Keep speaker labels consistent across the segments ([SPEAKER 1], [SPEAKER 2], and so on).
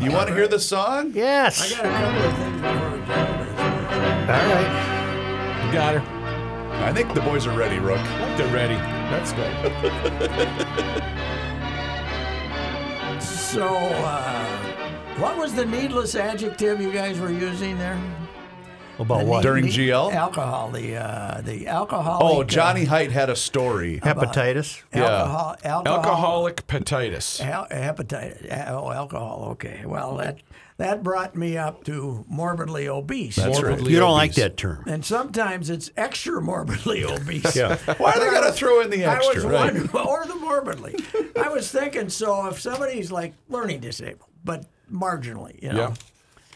[SPEAKER 1] You want to hear the song? I
[SPEAKER 2] Yes.
[SPEAKER 1] got a couple of things.
[SPEAKER 2] All right.
[SPEAKER 3] Got her.
[SPEAKER 1] I think the boys are ready, Rook.
[SPEAKER 2] Oh
[SPEAKER 3] They're ready. That's good.
[SPEAKER 2] So, uh, what was the needless adjective you guys were using there?
[SPEAKER 3] About
[SPEAKER 2] The
[SPEAKER 3] what?
[SPEAKER 2] ne-
[SPEAKER 1] During
[SPEAKER 2] ne-
[SPEAKER 1] GL?
[SPEAKER 2] Alcohol. The uh, the alcoholic.
[SPEAKER 1] Oh,
[SPEAKER 2] uh,
[SPEAKER 1] Johnny Height had a story.
[SPEAKER 4] Hepatitis.
[SPEAKER 2] Alcohol. Alcohol.
[SPEAKER 3] Alcoholic hepatitis.
[SPEAKER 2] Al- hepatitis. Oh, alcohol. Okay. Well, that that brought me up to morbidly obese.
[SPEAKER 3] Morbidly
[SPEAKER 4] You don't like
[SPEAKER 3] obese.
[SPEAKER 4] that term.
[SPEAKER 2] And sometimes it's extra morbidly obese.
[SPEAKER 4] Yeah.
[SPEAKER 1] Why are they going to throw in the
[SPEAKER 2] I was
[SPEAKER 1] extra?
[SPEAKER 2] wondering, or the morbidly. I was thinking, so if somebody's like learning disabled, but marginally, you know,
[SPEAKER 3] Yeah.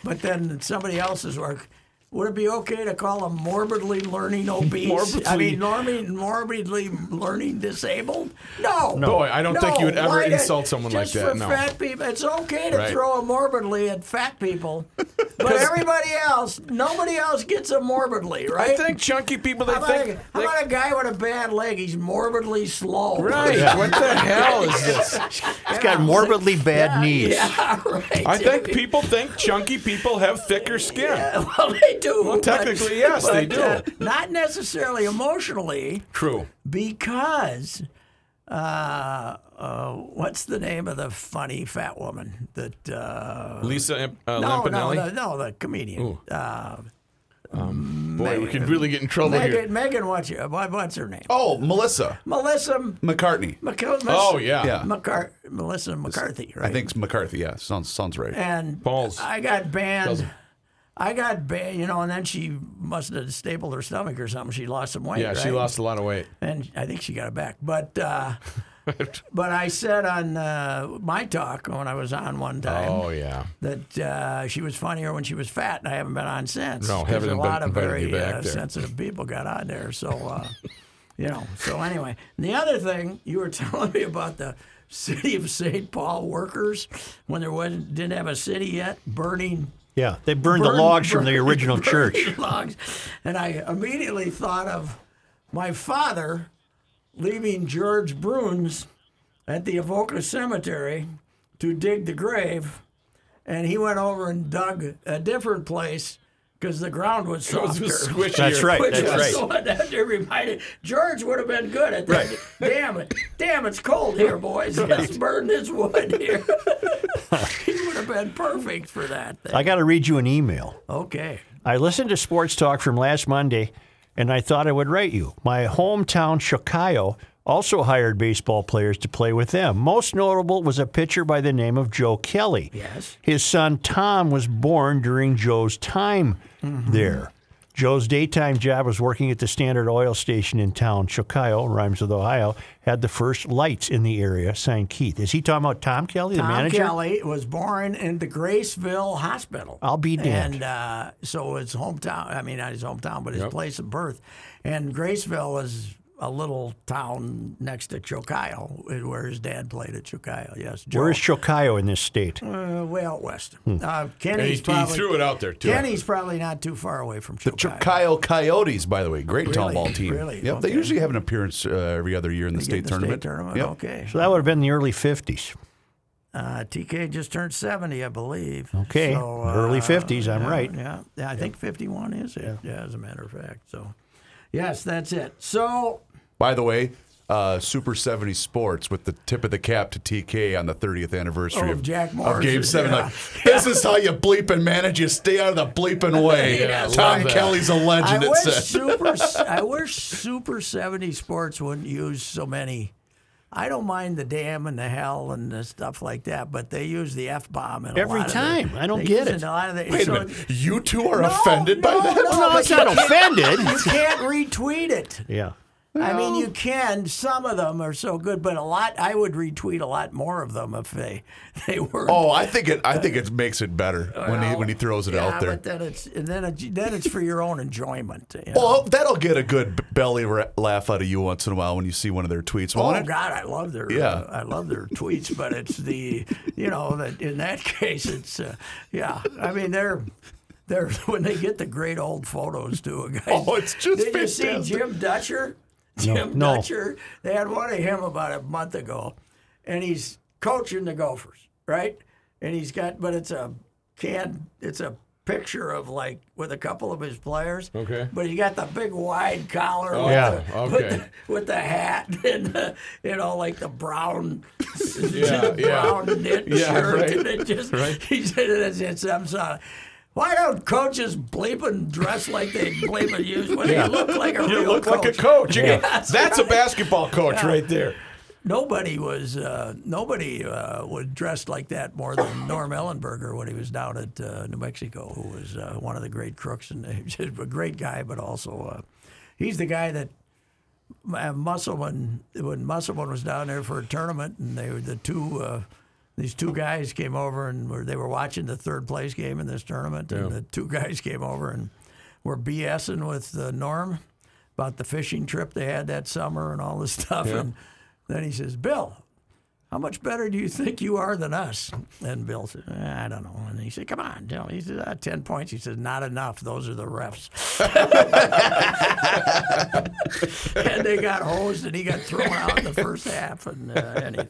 [SPEAKER 2] but then somebody else's work, would it be okay to call them morbidly learning obese? I mean, normally, morbidly learning disabled? No.
[SPEAKER 3] Boy, I don't think you would ever
[SPEAKER 2] Why did-
[SPEAKER 3] insult someone like
[SPEAKER 2] just
[SPEAKER 3] that,
[SPEAKER 2] For
[SPEAKER 3] no.
[SPEAKER 2] fat people, it's okay to
[SPEAKER 3] Right.
[SPEAKER 2] throw a morbidly at fat people, but everybody else, nobody else gets a morbidly, right?
[SPEAKER 3] I think chunky people, they
[SPEAKER 2] How about,
[SPEAKER 3] think.
[SPEAKER 2] a, how about a guy with a bad leg? He's morbidly slow.
[SPEAKER 3] Right. What the hell is this?
[SPEAKER 4] He's got morbidly bad knees.
[SPEAKER 2] Yeah, right.
[SPEAKER 3] I think people think chunky people have thicker skin.
[SPEAKER 2] Well, they do. Well,
[SPEAKER 3] technically, yes, they do.
[SPEAKER 2] not necessarily emotionally,
[SPEAKER 3] True.
[SPEAKER 2] because uh, uh, what's the name of the funny fat woman that? Uh,
[SPEAKER 3] Lisa Imp- uh,
[SPEAKER 2] no, no,
[SPEAKER 3] Lampanelli.
[SPEAKER 2] no, no, the comedian. Uh,
[SPEAKER 3] Boy, we could really get in trouble here.
[SPEAKER 2] Megan, Megan, what's, your, what- what's her name?
[SPEAKER 1] Oh, Melissa
[SPEAKER 2] Melissa. M-
[SPEAKER 1] McCartney.
[SPEAKER 2] McCo-
[SPEAKER 3] Oh, yeah.
[SPEAKER 1] Yeah.
[SPEAKER 2] McCar- Melissa McCarthy, right?
[SPEAKER 1] I think it's McCarthy. Yeah, sounds sounds right.
[SPEAKER 2] and
[SPEAKER 3] Balls.
[SPEAKER 2] I got banned.
[SPEAKER 3] Doesn't-
[SPEAKER 2] I got banned, you know, and then she must have stapled her stomach or something. She lost some weight.
[SPEAKER 3] Yeah, she
[SPEAKER 2] right?
[SPEAKER 3] lost a lot of weight.
[SPEAKER 2] and I think she got it back. But uh, but I said on uh, my talk when I was on one time
[SPEAKER 3] Oh yeah.
[SPEAKER 2] that uh, she was funnier when she was fat, and I haven't been on since.
[SPEAKER 3] No,
[SPEAKER 2] 'cause
[SPEAKER 3] haven't
[SPEAKER 2] a
[SPEAKER 3] been
[SPEAKER 2] lot of
[SPEAKER 3] invited
[SPEAKER 2] very
[SPEAKER 3] you back
[SPEAKER 2] uh,
[SPEAKER 3] there.
[SPEAKER 2] sensitive people got on there. So uh, you know. So anyway, and the other thing you were telling me about the city of St. Paul workers when there wasn't didn't have a city yet burning
[SPEAKER 4] Yeah. They burned the
[SPEAKER 2] Burn-
[SPEAKER 4] logs from the
[SPEAKER 2] burn-
[SPEAKER 4] original
[SPEAKER 2] burning
[SPEAKER 4] church.
[SPEAKER 2] logs. And I immediately thought of my father leaving George Bruins at the Avoca Cemetery to dig the grave, and he went over and dug a different place because the ground was
[SPEAKER 3] It was
[SPEAKER 2] softer.
[SPEAKER 3] squishier.
[SPEAKER 4] That's right.
[SPEAKER 2] Which was
[SPEAKER 4] That's
[SPEAKER 2] so
[SPEAKER 4] right.
[SPEAKER 2] that reminded George would have been good at that. Damn it, damn it's cold here, boys. Let's burn this wood here. he would have been perfect for that. Thing.
[SPEAKER 4] I got to read you an email.
[SPEAKER 2] Okay.
[SPEAKER 4] I listened to sports talk from last Monday, and I thought I would write you. My hometown, Chicago, also hired baseball players to play with them. Most notable was a pitcher by the name of Joe Kelly.
[SPEAKER 2] Yes.
[SPEAKER 4] His son Tom was born during Joe's time
[SPEAKER 2] Mm-hmm.
[SPEAKER 4] there. Joe's daytime job was working at the Standard Oil Station in town. Chicago, rhymes with Ohio, had the first lights in the area, St. Keith. Is he talking about Tom Kelly, the
[SPEAKER 2] Tom
[SPEAKER 4] manager?
[SPEAKER 2] Kelly was born in the Graceville Hospital.
[SPEAKER 4] I'll be damned.
[SPEAKER 2] And uh, so his hometown, I mean, not his hometown, but his place of birth. And Graceville is a little town next to Chocayo, where his dad played at Chocayo. Yes. Joe,
[SPEAKER 4] Where is Hmm. Chicago in this state?
[SPEAKER 2] uh, way out west. Uh,
[SPEAKER 3] And he,
[SPEAKER 2] Kenny's
[SPEAKER 3] he
[SPEAKER 2] probably,
[SPEAKER 3] threw it out there too.
[SPEAKER 2] Kenny's probably not too far away from
[SPEAKER 1] The
[SPEAKER 2] Chocayo.
[SPEAKER 1] Chicago Coyotes, by the way, great
[SPEAKER 2] Really?
[SPEAKER 1] tall ball team.
[SPEAKER 2] Really?
[SPEAKER 1] Yep,
[SPEAKER 2] Okay.
[SPEAKER 1] they usually have an appearance uh, every other year in the
[SPEAKER 2] Get
[SPEAKER 1] state
[SPEAKER 2] the
[SPEAKER 1] tournament.
[SPEAKER 2] State tournament.
[SPEAKER 1] Yep.
[SPEAKER 2] Okay.
[SPEAKER 4] So that would have been the early 50s.
[SPEAKER 2] Uh, TK just turned 70, I believe.
[SPEAKER 4] Okay,
[SPEAKER 2] So, uh,
[SPEAKER 4] early 50s, I'm
[SPEAKER 2] yeah,
[SPEAKER 4] right.
[SPEAKER 2] Yeah, yeah I think 51 is it. Yeah. as a matter of fact. So, yes, that's it. So,
[SPEAKER 1] By the way, uh, Super 70 Sports with the tip of the cap to TK on the 30th anniversary
[SPEAKER 2] Oh,
[SPEAKER 1] of,
[SPEAKER 2] Jack
[SPEAKER 1] of
[SPEAKER 2] Morrison,
[SPEAKER 1] Game 7.
[SPEAKER 2] yeah.
[SPEAKER 1] Like, this is how you bleep and manage. You stay out of the bleeping way.
[SPEAKER 3] Yeah, I
[SPEAKER 1] Tom
[SPEAKER 3] love that.
[SPEAKER 1] Kelly's a
[SPEAKER 2] I
[SPEAKER 1] legend, it
[SPEAKER 2] wish
[SPEAKER 1] says.
[SPEAKER 2] super. I wish Super Seventy Sports wouldn't use so many. I don't mind the damn and the hell and the stuff like that, but they use the f bomb and
[SPEAKER 4] Every time. I don't
[SPEAKER 2] they
[SPEAKER 4] get it.
[SPEAKER 2] use A lot of the,
[SPEAKER 1] Wait a
[SPEAKER 2] so
[SPEAKER 1] minute. You two are
[SPEAKER 2] No,
[SPEAKER 1] offended by
[SPEAKER 2] no,
[SPEAKER 1] that?
[SPEAKER 2] no.
[SPEAKER 4] No, it's not offended.
[SPEAKER 2] You can't retweet it.
[SPEAKER 4] Yeah.
[SPEAKER 2] I mean, you can. Some of them are so good, but a lot. I would retweet a lot more of them if they they were.
[SPEAKER 1] Oh, I think it. I think it makes it better when he when he throws it
[SPEAKER 2] yeah,
[SPEAKER 1] out there.
[SPEAKER 2] But then it's and then it, then it's for your own enjoyment. you know.
[SPEAKER 1] Well, that'll get a good b- belly ra- laugh out of you once in a while when you see one of their tweets. won't
[SPEAKER 2] Oh
[SPEAKER 1] it?
[SPEAKER 2] God, I love their
[SPEAKER 1] Yeah.
[SPEAKER 2] uh, I love their tweets, but it's the you know that in that case it's uh, yeah. I mean they're they're when they get the great old photos too. Guys.
[SPEAKER 1] Oh, it's just
[SPEAKER 2] did you see
[SPEAKER 1] fantastic.
[SPEAKER 2] Jim Dutcher? Jim
[SPEAKER 4] no.
[SPEAKER 2] Dutcher. They had one of him about a month ago, and he's coaching the Gophers, right? And he's got, but it's a can, it's a picture of like with a couple of his players.
[SPEAKER 3] Okay.
[SPEAKER 2] But he got the big wide collar.
[SPEAKER 3] Oh,
[SPEAKER 2] with
[SPEAKER 4] Yeah.
[SPEAKER 2] the-
[SPEAKER 3] okay.
[SPEAKER 2] with the- with the hat and the, you know, like the brown,
[SPEAKER 3] Yeah,
[SPEAKER 2] the
[SPEAKER 3] yeah.
[SPEAKER 2] brown knit
[SPEAKER 3] Yeah,
[SPEAKER 2] shirt,
[SPEAKER 3] right.
[SPEAKER 2] and it just he said it's, it's I'm sorry. Why don't coaches bleep and dress like they bleep and use when you look like a real coach?
[SPEAKER 3] coach. You
[SPEAKER 2] Yeah.
[SPEAKER 3] go,
[SPEAKER 2] That's right.
[SPEAKER 3] basketball coach
[SPEAKER 2] Yeah.
[SPEAKER 3] there.
[SPEAKER 2] Nobody was uh, nobody uh, was dressed like that more than Norm Ellenberger when he was down at uh, New Mexico, who was uh, one of the great crooks and he's a great guy, but also uh, he's the guy that uh, Musselman when Musselman was down there for a tournament, and they were the two. Uh, these two guys came over and were, they were watching the third place game in this tournament, and the two guys came over and were BSing with uh, Norm about the fishing trip they had that summer and all this stuff. And then he says, "Bill, how much better do you think you are than us? And Bill said, "Eh, I don't know. And he said, come on, tell me. He said, "Ah, 10 points. He says, not enough. Those are the refs. and they got hosed and he got thrown out in the first half and uh, anything.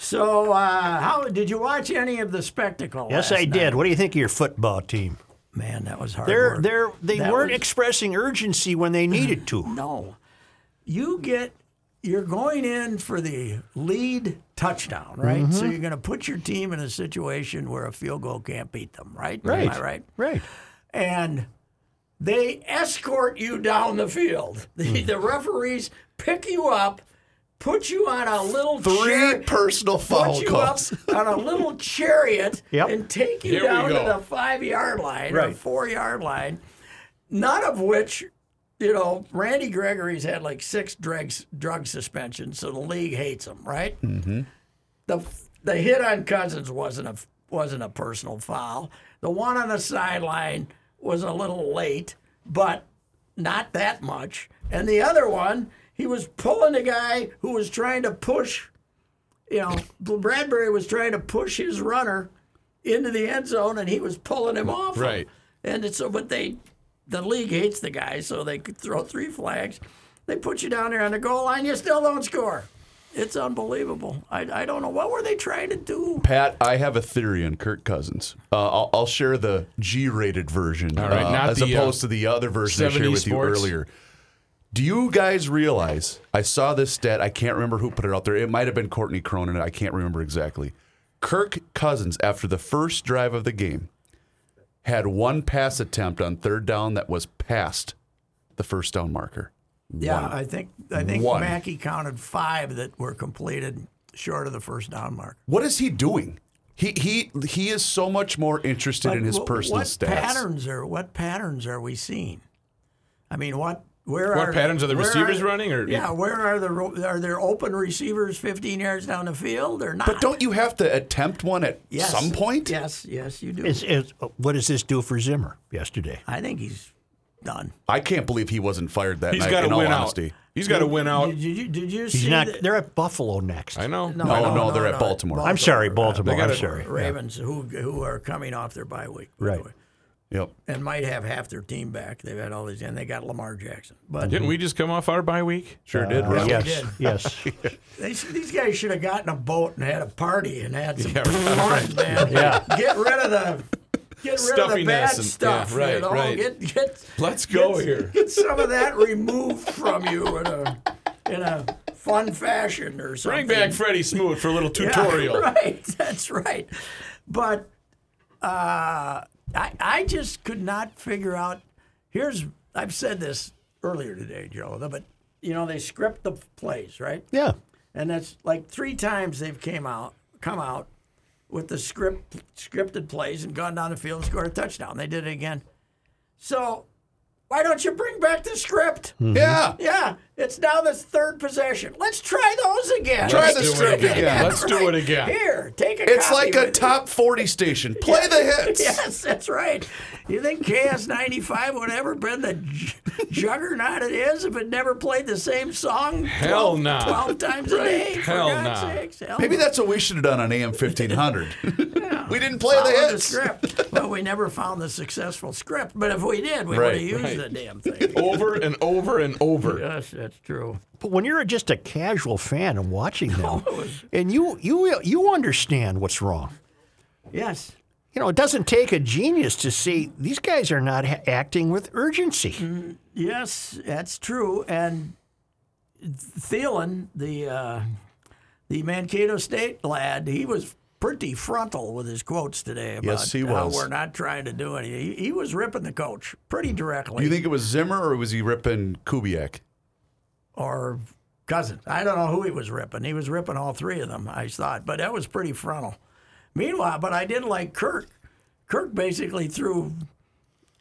[SPEAKER 2] So, uh, how did you watch any of the spectacle?
[SPEAKER 4] Yes,
[SPEAKER 2] last
[SPEAKER 4] I
[SPEAKER 2] night?
[SPEAKER 4] did. What do you think of your football team?
[SPEAKER 2] Man, that was hard.
[SPEAKER 4] They're
[SPEAKER 2] work.
[SPEAKER 4] they're they
[SPEAKER 2] That
[SPEAKER 4] weren't
[SPEAKER 2] was-
[SPEAKER 4] expressing urgency when they needed to.
[SPEAKER 2] No. You get you're going in for the lead touchdown, right? So
[SPEAKER 1] Mm-hmm.
[SPEAKER 2] you're going to put your team in a situation where a field goal can't beat them, right? Am I right?
[SPEAKER 4] Right.
[SPEAKER 2] and they escort you down the field.
[SPEAKER 1] Hmm.
[SPEAKER 2] The, the referees pick you up, put you on a little
[SPEAKER 1] Three
[SPEAKER 2] chariot,
[SPEAKER 1] personal
[SPEAKER 2] put
[SPEAKER 1] foul
[SPEAKER 2] you
[SPEAKER 1] calls.
[SPEAKER 2] up on a little chariot,
[SPEAKER 4] Yep.
[SPEAKER 2] and take you
[SPEAKER 3] Here we
[SPEAKER 2] down to
[SPEAKER 3] go.
[SPEAKER 2] the five yard line or
[SPEAKER 4] Right.
[SPEAKER 2] four yard line. None of which, you know, Randy Gregory's had like six drugs drug suspensions, so the league hates him, right?
[SPEAKER 4] Mm-hmm.
[SPEAKER 2] the the hit on Cousins wasn't a wasn't a personal foul. The one on the sideline was a little late, but not that much. And the other one, he was pulling a guy who was trying to push. You know, Bradbury was trying to push his runner into the end zone, and he was pulling him off. him.
[SPEAKER 3] Right.
[SPEAKER 2] And it's so, but they, the league hates the guy, so they could throw three flags. They put you down there on the goal line, you still don't score. It's unbelievable. I, I don't know what were they trying to do.
[SPEAKER 1] Pat, I have a theory on Kirk Cousins. Uh, I'll, I'll share the G-rated version,
[SPEAKER 3] All right,
[SPEAKER 1] uh,
[SPEAKER 3] not
[SPEAKER 1] as
[SPEAKER 3] the, uh,
[SPEAKER 1] opposed to the other version I
[SPEAKER 3] 70
[SPEAKER 1] shared with
[SPEAKER 3] sports.
[SPEAKER 1] you earlier. Do you guys realize? I saw this stat. I can't remember who put it out there. It might have been Courtney Cronin. I can't remember exactly. Kirk Cousins, after the first drive of the game, had one pass attempt on third down that was past the first down marker.
[SPEAKER 2] Yeah, I think I think
[SPEAKER 1] One.
[SPEAKER 2] Mackey counted five that were completed short of the first down mark.
[SPEAKER 1] What is he doing? He he he is so much more interested in
[SPEAKER 2] But
[SPEAKER 1] his
[SPEAKER 2] wh-
[SPEAKER 1] personal
[SPEAKER 2] what
[SPEAKER 1] stats.
[SPEAKER 2] patterns are what patterns are we seeing? I mean, what where
[SPEAKER 3] What
[SPEAKER 2] are
[SPEAKER 3] patterns are the
[SPEAKER 2] where
[SPEAKER 3] receivers running, or-
[SPEAKER 2] yeah, where are the ro- are there open receivers fifteen yards down the field or not?
[SPEAKER 1] But don't you have to attempt one at
[SPEAKER 2] Yes.
[SPEAKER 1] some point?
[SPEAKER 2] Yes, yes, you do.
[SPEAKER 4] Is, is, what does this do for Zimmer yesterday?
[SPEAKER 2] I think he's done.
[SPEAKER 1] I can't believe he wasn't fired that
[SPEAKER 3] He's
[SPEAKER 1] night.
[SPEAKER 3] got to
[SPEAKER 1] in all
[SPEAKER 3] win out.
[SPEAKER 1] honesty.
[SPEAKER 3] He's got to win out.
[SPEAKER 2] Did you did you see
[SPEAKER 4] He's not.
[SPEAKER 2] that-
[SPEAKER 4] They're at Buffalo next.
[SPEAKER 3] I know.
[SPEAKER 1] No, no, they're at Baltimore.
[SPEAKER 4] I'm sorry, Baltimore.
[SPEAKER 3] They got
[SPEAKER 4] I'm
[SPEAKER 3] it.
[SPEAKER 4] sorry.
[SPEAKER 2] Ravens who who are coming off their bye week, by the
[SPEAKER 4] Right.
[SPEAKER 2] way,
[SPEAKER 1] Yep.
[SPEAKER 4] Mm-hmm.
[SPEAKER 2] and might have half their team back. They've had all these, and they got Lamar Jackson. But
[SPEAKER 3] Didn't we just come off our bye week?
[SPEAKER 1] Sure did.
[SPEAKER 4] Uh,
[SPEAKER 1] Rob.
[SPEAKER 4] yes, yes.
[SPEAKER 2] they, sh- these guys should have gotten a boat and had a party and had some fun, man.
[SPEAKER 4] Yeah.
[SPEAKER 2] Get rid of the. Get rid of the bad
[SPEAKER 3] Stuffiness and-
[SPEAKER 2] stuff.
[SPEAKER 3] yeah, right,
[SPEAKER 2] you know?
[SPEAKER 3] right.
[SPEAKER 2] Get, get,
[SPEAKER 3] Let's go
[SPEAKER 2] get-
[SPEAKER 3] here.
[SPEAKER 2] Get some of that removed from you in a, in a fun fashion or something.
[SPEAKER 3] Bring back Freddie Smoot for a little
[SPEAKER 2] Yeah,
[SPEAKER 3] tutorial.
[SPEAKER 2] right, that's right. But uh, I, I just could not figure out. Here's, I've said this earlier today, Joe, but you know, they script the plays, right?
[SPEAKER 4] Yeah.
[SPEAKER 2] and that's like three times they've came out come out with the script scripted plays and gone down the field and scored a touchdown. They did it again. So why don't you bring back the script?
[SPEAKER 3] Hmm.
[SPEAKER 1] Yeah.
[SPEAKER 2] Yeah, it's now the third possession. Let's try those again.
[SPEAKER 1] Try
[SPEAKER 3] Let's
[SPEAKER 1] the
[SPEAKER 3] do it
[SPEAKER 1] script
[SPEAKER 3] again.
[SPEAKER 1] again.
[SPEAKER 3] Let's do it again.
[SPEAKER 2] Here, take a.
[SPEAKER 1] It's
[SPEAKER 2] copy
[SPEAKER 1] like a
[SPEAKER 2] with-
[SPEAKER 1] top 40 station. Play the hits.
[SPEAKER 2] Yes, that's right. You think KS ninety five would ever been the j- juggernaut it is if it never played the same song?
[SPEAKER 3] Hell
[SPEAKER 2] 12
[SPEAKER 3] nah.
[SPEAKER 2] Twelve times a day. for
[SPEAKER 3] Hell
[SPEAKER 2] God's
[SPEAKER 3] nah.
[SPEAKER 2] sakes. Hell
[SPEAKER 1] Maybe
[SPEAKER 2] nah.
[SPEAKER 1] that's what we should have done on AM 1500. We didn't play the
[SPEAKER 2] follow the
[SPEAKER 1] hits.
[SPEAKER 2] script. Well, we never found the successful script, but if we did, we
[SPEAKER 1] Right,
[SPEAKER 2] would have used
[SPEAKER 3] right.
[SPEAKER 2] the damn thing.
[SPEAKER 3] Over and over and over.
[SPEAKER 2] yes, that's true.
[SPEAKER 4] But when you're just a casual fan and watching them, and you you you understand what's wrong.
[SPEAKER 2] Yes.
[SPEAKER 4] You know, it doesn't take a genius to see these guys are not ha- acting with urgency.
[SPEAKER 2] Yes, that's true. And Thielen, the uh, the Mankato State lad, he was pretty frontal with his quotes today about
[SPEAKER 1] Yes, he
[SPEAKER 2] how
[SPEAKER 1] was.
[SPEAKER 2] we're not trying to do anything. He, he was ripping the coach pretty directly.
[SPEAKER 1] You think it was Zimmer or was he ripping Kubiak?
[SPEAKER 2] or Cousins. I don't know who he was ripping. He was ripping all three of them, I thought, but that was pretty frontal. Meanwhile, but I did like Kirk. Kirk basically threw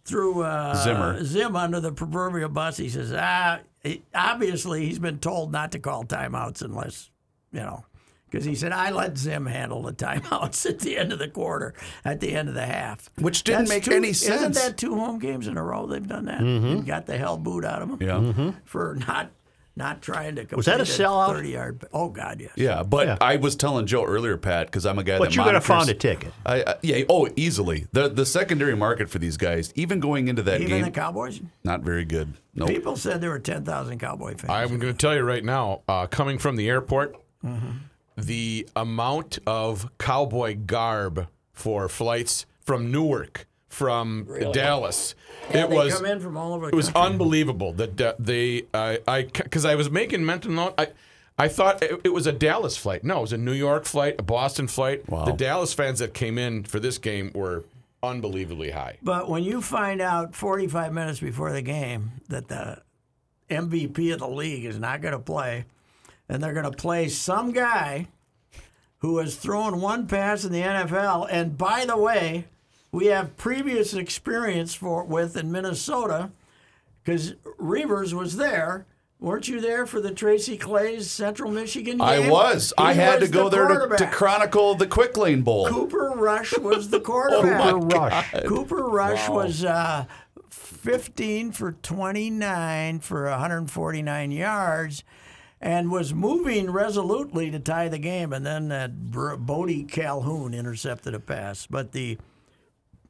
[SPEAKER 2] threw uh,
[SPEAKER 1] Zimmer.
[SPEAKER 2] Zim under the proverbial bus. He says, "Ah, he- obviously he's been told not to call timeouts unless you know." Because he said, I let Zim handle the timeouts at the end of the quarter, at the end of the half.
[SPEAKER 1] Which didn't make
[SPEAKER 2] two-
[SPEAKER 1] any
[SPEAKER 2] Isn't
[SPEAKER 1] sense. Mm-hmm.
[SPEAKER 2] that two home games in a row they've done that? And got the hell boot out of them
[SPEAKER 1] Yeah.
[SPEAKER 4] Mm-hmm.
[SPEAKER 2] for not not trying to complete
[SPEAKER 4] Was that a sellout?
[SPEAKER 2] Thirty yard. Oh God, yes.
[SPEAKER 1] Yeah, but
[SPEAKER 4] Yeah.
[SPEAKER 1] I was telling Joe earlier, Pat, because I'm a guy
[SPEAKER 4] But
[SPEAKER 1] that
[SPEAKER 4] you could have
[SPEAKER 1] monitors-
[SPEAKER 4] found a ticket.
[SPEAKER 1] I, I, yeah, oh, easily. The the secondary market for these guys, even going into that
[SPEAKER 2] Even
[SPEAKER 1] game,
[SPEAKER 2] the Cowboys.
[SPEAKER 1] not very good. No,
[SPEAKER 2] People said there were ten thousand Cowboy fans.
[SPEAKER 3] I'm going to tell you right now, uh, coming from the airport,
[SPEAKER 2] Mm-hmm.
[SPEAKER 3] the amount of cowboy garb for flights from Newark, from Dallas, it
[SPEAKER 2] they
[SPEAKER 3] was
[SPEAKER 2] come in from all over.
[SPEAKER 3] it was unbelievable. The da- they uh, I because I was making mental note. I I thought it, it was a Dallas flight. No, it was a New York flight, a Boston flight. The Dallas fans that came in for this game were unbelievably high.
[SPEAKER 2] But when you find out 45 minutes before the game that the MVP of the league is not going to play, and they're going to play some guy who has thrown one pass in the NFL, and by the way, we have previous experience for with in Minnesota because Reavers was there. Weren't you there for the Tracy Clay's Central Michigan game?
[SPEAKER 1] I was.
[SPEAKER 2] He
[SPEAKER 1] I had
[SPEAKER 2] was
[SPEAKER 1] to go
[SPEAKER 2] the
[SPEAKER 1] there to, to
[SPEAKER 2] quarterback.
[SPEAKER 1] chronicle the Quick Lane Bowl.
[SPEAKER 2] Cooper Rush was the
[SPEAKER 1] Oh
[SPEAKER 2] quarterback.
[SPEAKER 4] Cooper Rush.
[SPEAKER 2] Cooper Rush was uh, 15 for 29 for 149 yards and was moving resolutely to tie the game. And then that Br- Bodie Calhoun intercepted a pass. But the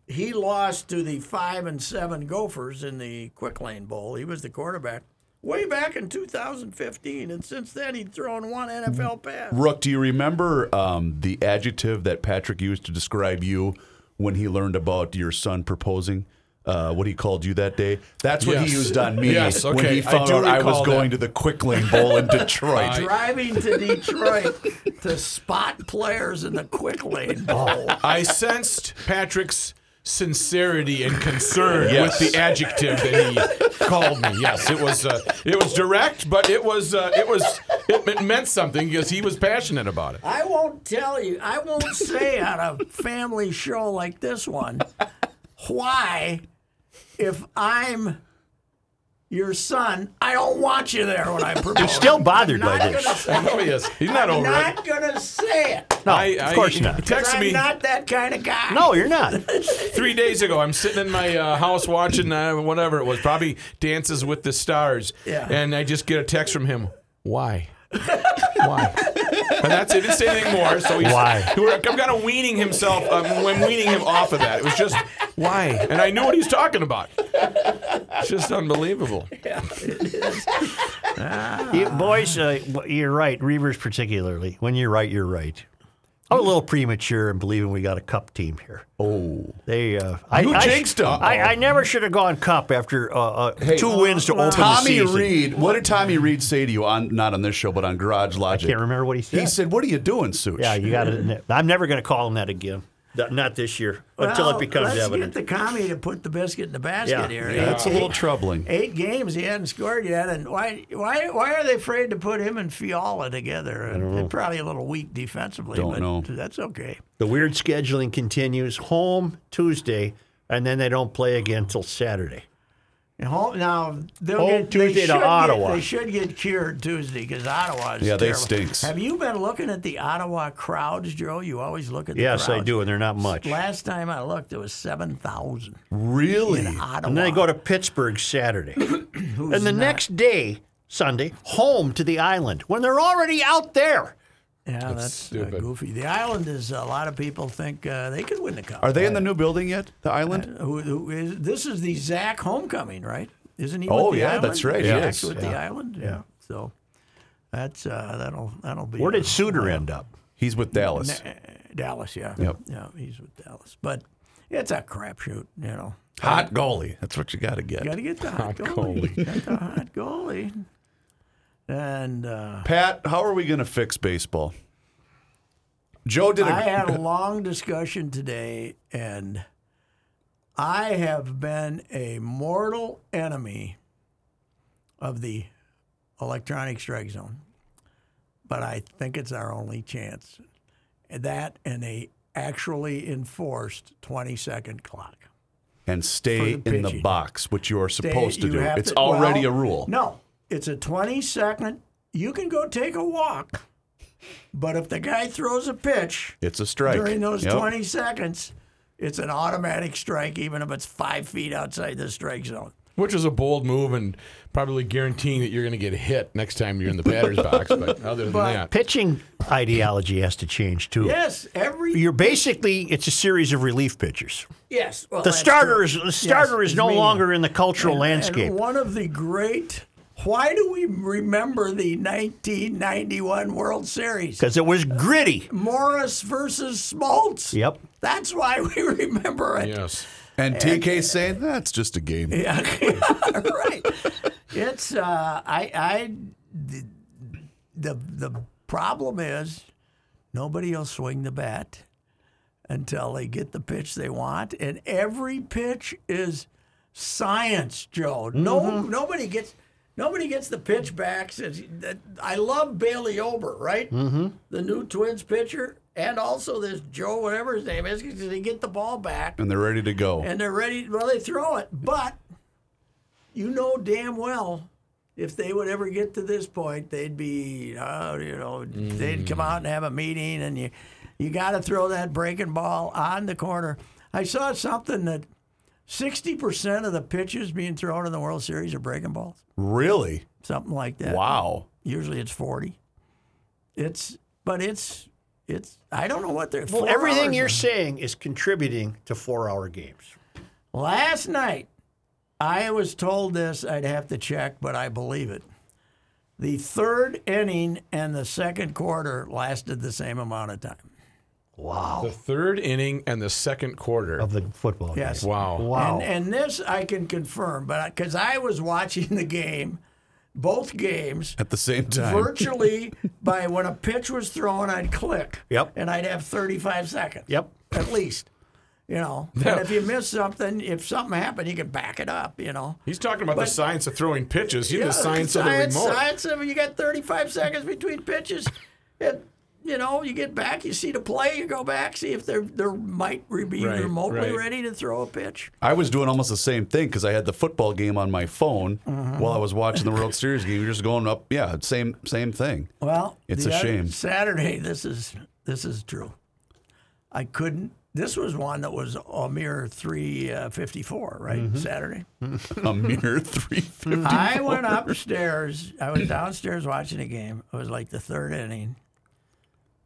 [SPEAKER 2] he lost to the five and seven Gophers in the Quick Lane Bowl. He was the quarterback way back in 2015. And since then, he'd thrown one NFL pass.
[SPEAKER 1] Rook, do you remember um, the adjective that Patrick used to describe you when he learned about your son proposing? Uh, what he called you that day? That's what
[SPEAKER 3] Yes.
[SPEAKER 1] he used on me
[SPEAKER 3] Yes,
[SPEAKER 1] when
[SPEAKER 3] okay,
[SPEAKER 1] he
[SPEAKER 3] I
[SPEAKER 1] found
[SPEAKER 3] do
[SPEAKER 1] out I was
[SPEAKER 3] recall
[SPEAKER 1] going
[SPEAKER 3] that.
[SPEAKER 1] to the Quick Lane Bowl in Detroit.
[SPEAKER 2] driving to Detroit to spot players in the quick lane bowl.
[SPEAKER 3] I sensed Patrick's sincerity and concern
[SPEAKER 1] Yes.
[SPEAKER 3] with the adjective that he called me. Yes, it was uh, it was direct, but it was uh, it was it, it meant something because he was passionate about it.
[SPEAKER 2] I won't tell you. I won't say on a family show like this one why, if I'm your son, I don't want you there when I propose.
[SPEAKER 4] He's still bothered
[SPEAKER 2] I'm
[SPEAKER 4] by
[SPEAKER 2] not
[SPEAKER 4] this.
[SPEAKER 2] gonna-
[SPEAKER 3] Oh yes, he's not
[SPEAKER 2] I'm
[SPEAKER 3] over it.
[SPEAKER 2] not gonna say it.
[SPEAKER 4] No,
[SPEAKER 3] I-
[SPEAKER 4] of
[SPEAKER 3] I-
[SPEAKER 4] course
[SPEAKER 3] he
[SPEAKER 4] not.
[SPEAKER 3] Texted
[SPEAKER 2] I'm
[SPEAKER 3] me
[SPEAKER 2] not that kind of guy.
[SPEAKER 4] No, you're not.
[SPEAKER 3] three days ago. I'm sitting in my uh, house watching uh, whatever it was, probably Dances with the Stars,
[SPEAKER 2] Yeah.
[SPEAKER 3] and I just get a text from him. Why? Why? And that's it. He didn't say anything more. So he's
[SPEAKER 4] Why?
[SPEAKER 3] We're, I'm kind of weaning himself. um, I'm weaning him off of that. It was just why, and I knew what he's talking about. It's just unbelievable.
[SPEAKER 4] You- boys, uh, w- you're right. Reavers, particularly. When you're right, you're right. I'm a little premature in believing we got a cup team here.
[SPEAKER 1] Oh,
[SPEAKER 4] They, uh, I,
[SPEAKER 1] You
[SPEAKER 4] I sh-
[SPEAKER 1] jinxed 'em.
[SPEAKER 4] I, I never should have gone cup after uh, uh, two wins to open the
[SPEAKER 1] Tommy
[SPEAKER 4] season.
[SPEAKER 1] Reed. What did Tommy Reed say to you on not on this show, but on Garage Logic?
[SPEAKER 4] Can't remember what he said.
[SPEAKER 1] He said, "What are you doing, Such?"
[SPEAKER 4] yeah, you got to. I'm never going to call him that again. Th- Not this year until it
[SPEAKER 2] Well,
[SPEAKER 4] becomes
[SPEAKER 2] let's
[SPEAKER 4] evident.
[SPEAKER 2] get the commie to put the biscuit in the basket
[SPEAKER 4] Yeah.
[SPEAKER 2] here.
[SPEAKER 1] Yeah, that's a little troubling.
[SPEAKER 2] Eight games he hadn't scored yet, and why why why are they afraid to put him and Fiala together? They're probably a little weak defensively,
[SPEAKER 1] Don't
[SPEAKER 2] but
[SPEAKER 1] know.
[SPEAKER 2] that's okay.
[SPEAKER 4] The weird scheduling continues. Home Tuesday, and then they don't play again till Saturday.
[SPEAKER 2] And home, now they'll
[SPEAKER 4] Home
[SPEAKER 2] get,
[SPEAKER 4] Tuesday
[SPEAKER 2] they
[SPEAKER 4] to
[SPEAKER 2] should get-
[SPEAKER 4] Ottawa.
[SPEAKER 2] they should get cured Tuesday because Ottawa is
[SPEAKER 1] Yeah, they
[SPEAKER 2] terrible.
[SPEAKER 1] stinks.
[SPEAKER 2] Have you been looking at the Ottawa crowds, Joe? You always look at the
[SPEAKER 4] Yes, I
[SPEAKER 2] crowds.
[SPEAKER 4] do, and they're not much.
[SPEAKER 2] Last time I looked, it was seven thousand
[SPEAKER 1] Really?
[SPEAKER 2] in Ottawa.
[SPEAKER 4] Hmm. And then they go to Pittsburgh Saturday. and the next day, Sunday, home to the island when they're already out there.
[SPEAKER 2] yeah, that's uh,
[SPEAKER 3] stupid.
[SPEAKER 2] goofy. The island is a lot of people think uh, they could win the cup.
[SPEAKER 1] Are they in the new building yet? The island?
[SPEAKER 2] who, who is this is the Zach homecoming, right? Isn't he?
[SPEAKER 1] Oh,
[SPEAKER 2] with the
[SPEAKER 1] yeah,
[SPEAKER 2] island?
[SPEAKER 1] that's right, he
[SPEAKER 2] Zach's
[SPEAKER 1] is.
[SPEAKER 2] with the island.
[SPEAKER 4] Yeah.
[SPEAKER 2] So that's uh, that'll that'll be.
[SPEAKER 4] Where
[SPEAKER 2] a-
[SPEAKER 4] did Suter end up?
[SPEAKER 1] He's with Dallas.
[SPEAKER 2] uh, Dallas? Yeah.
[SPEAKER 1] Yep.
[SPEAKER 2] Yeah, he's with Dallas, but it's a crapshoot. You know,
[SPEAKER 1] Hot goalie. That's what you got to get.
[SPEAKER 2] got to get the hot goalie. Got the hot goalie. And uh,
[SPEAKER 1] Pat, how are we going to fix baseball? Joe did a
[SPEAKER 2] I had a long discussion today, and I have been a mortal enemy of the electronic strike zone, but I think it's our only chance. That and a actually enforced 20 second clock.
[SPEAKER 1] and stay
[SPEAKER 2] for the
[SPEAKER 1] in the
[SPEAKER 2] pitching.
[SPEAKER 1] box, which you are
[SPEAKER 2] They-
[SPEAKER 1] supposed
[SPEAKER 2] you
[SPEAKER 1] to do.
[SPEAKER 2] have
[SPEAKER 1] It's
[SPEAKER 2] to-
[SPEAKER 1] already
[SPEAKER 2] well,
[SPEAKER 1] a rule.
[SPEAKER 2] No, it's a 20 second. You can go take a walk, but if the guy throws a pitch,
[SPEAKER 1] It's a strike.
[SPEAKER 2] during those
[SPEAKER 1] Yep.
[SPEAKER 2] 20 seconds, it's an automatic strike, even if it's five feet outside the strike zone.
[SPEAKER 3] Which is a bold move and probably guaranteeing that you're going to get hit next time you're in the batter's box. But other than that,
[SPEAKER 4] Pitching ideology has to change too.
[SPEAKER 2] Yes, every
[SPEAKER 4] You're basically it's a series of relief pitchers.
[SPEAKER 2] yes. Well,
[SPEAKER 4] The
[SPEAKER 2] that's
[SPEAKER 4] starter
[SPEAKER 2] true.
[SPEAKER 4] is the starter
[SPEAKER 2] Oh, Yes,
[SPEAKER 4] is no
[SPEAKER 2] meaning-
[SPEAKER 4] longer in the cultural
[SPEAKER 2] and-
[SPEAKER 4] landscape.
[SPEAKER 2] And one of the great. Why do we remember the 1991 World Series?
[SPEAKER 4] because it was gritty.
[SPEAKER 2] Morris versus Smoltz.
[SPEAKER 4] Yep.
[SPEAKER 2] That's why we remember it.
[SPEAKER 3] yes.
[SPEAKER 1] And TK saying that's just a game.
[SPEAKER 2] Yeah, right. It's uh, I I the, the the problem is nobody will swing the bat until they get the pitch they want, and every pitch is science, Joe. No, nobody gets. Nobody gets the pitch back. Says, that- I love Bailey Ober, right? Mm-hmm. The new Twins pitcher, and also this Joe, whatever his name is, because they get the ball back
[SPEAKER 1] And they're ready to go.
[SPEAKER 2] and they're ready. Well, they throw it, but you know damn well if they would ever get to this point, they'd be, uh, you know, they'd come out and have a meeting, and you, you got to throw that breaking ball on the corner. I saw something that sixty percent of the pitches being thrown in the World Series are breaking balls,
[SPEAKER 1] really?
[SPEAKER 2] something like that.
[SPEAKER 1] Wow.
[SPEAKER 2] Usually it's forty. It's but it's it's I don't know what they're.
[SPEAKER 4] Well,
[SPEAKER 2] four
[SPEAKER 4] everything
[SPEAKER 2] hours
[SPEAKER 4] you're
[SPEAKER 2] of-
[SPEAKER 4] saying is contributing to four-hour games.
[SPEAKER 2] Last night, I was told this. I'd have to check, but I believe it. The third inning and the second quarter lasted the same amount of time.
[SPEAKER 3] The third inning and the second quarter.
[SPEAKER 4] of the football game.
[SPEAKER 2] Yes.
[SPEAKER 3] Wow.
[SPEAKER 4] Wow.
[SPEAKER 2] And, and this I can confirm, but because I was watching the game, both games,
[SPEAKER 1] At the same time.
[SPEAKER 2] virtually by when a pitch was thrown, I'd click.
[SPEAKER 4] Yep.
[SPEAKER 2] And I'd have 35 seconds.
[SPEAKER 4] Yep.
[SPEAKER 2] At least. You know, and if you miss something, if something happened, you can back it up, you know.
[SPEAKER 3] He's talking about the science of throwing pitches. You the
[SPEAKER 2] Yeah,
[SPEAKER 3] science, of the remote.
[SPEAKER 2] science- science of- you got 35 seconds between pitches. It, you know, you get back, you see the play, you go back, see if they're they might re- be
[SPEAKER 3] Right,
[SPEAKER 2] remotely
[SPEAKER 3] right.
[SPEAKER 2] ready to throw a pitch.
[SPEAKER 1] I was doing almost the same thing because I had the football game on my phone
[SPEAKER 2] Uh-huh.
[SPEAKER 1] while I was watching the World Series game. You're just going up, yeah, same same thing.
[SPEAKER 2] Well,
[SPEAKER 1] It's
[SPEAKER 2] the
[SPEAKER 1] a
[SPEAKER 2] other-
[SPEAKER 1] shame.
[SPEAKER 2] Saturday, this is this is true. I couldn't. This was one that was a mere three uh, fifty four, right?
[SPEAKER 3] Mm-hmm.
[SPEAKER 2] Saturday.
[SPEAKER 1] A mere three fifty.
[SPEAKER 2] I went upstairs. I was downstairs watching a game. It was like the third inning.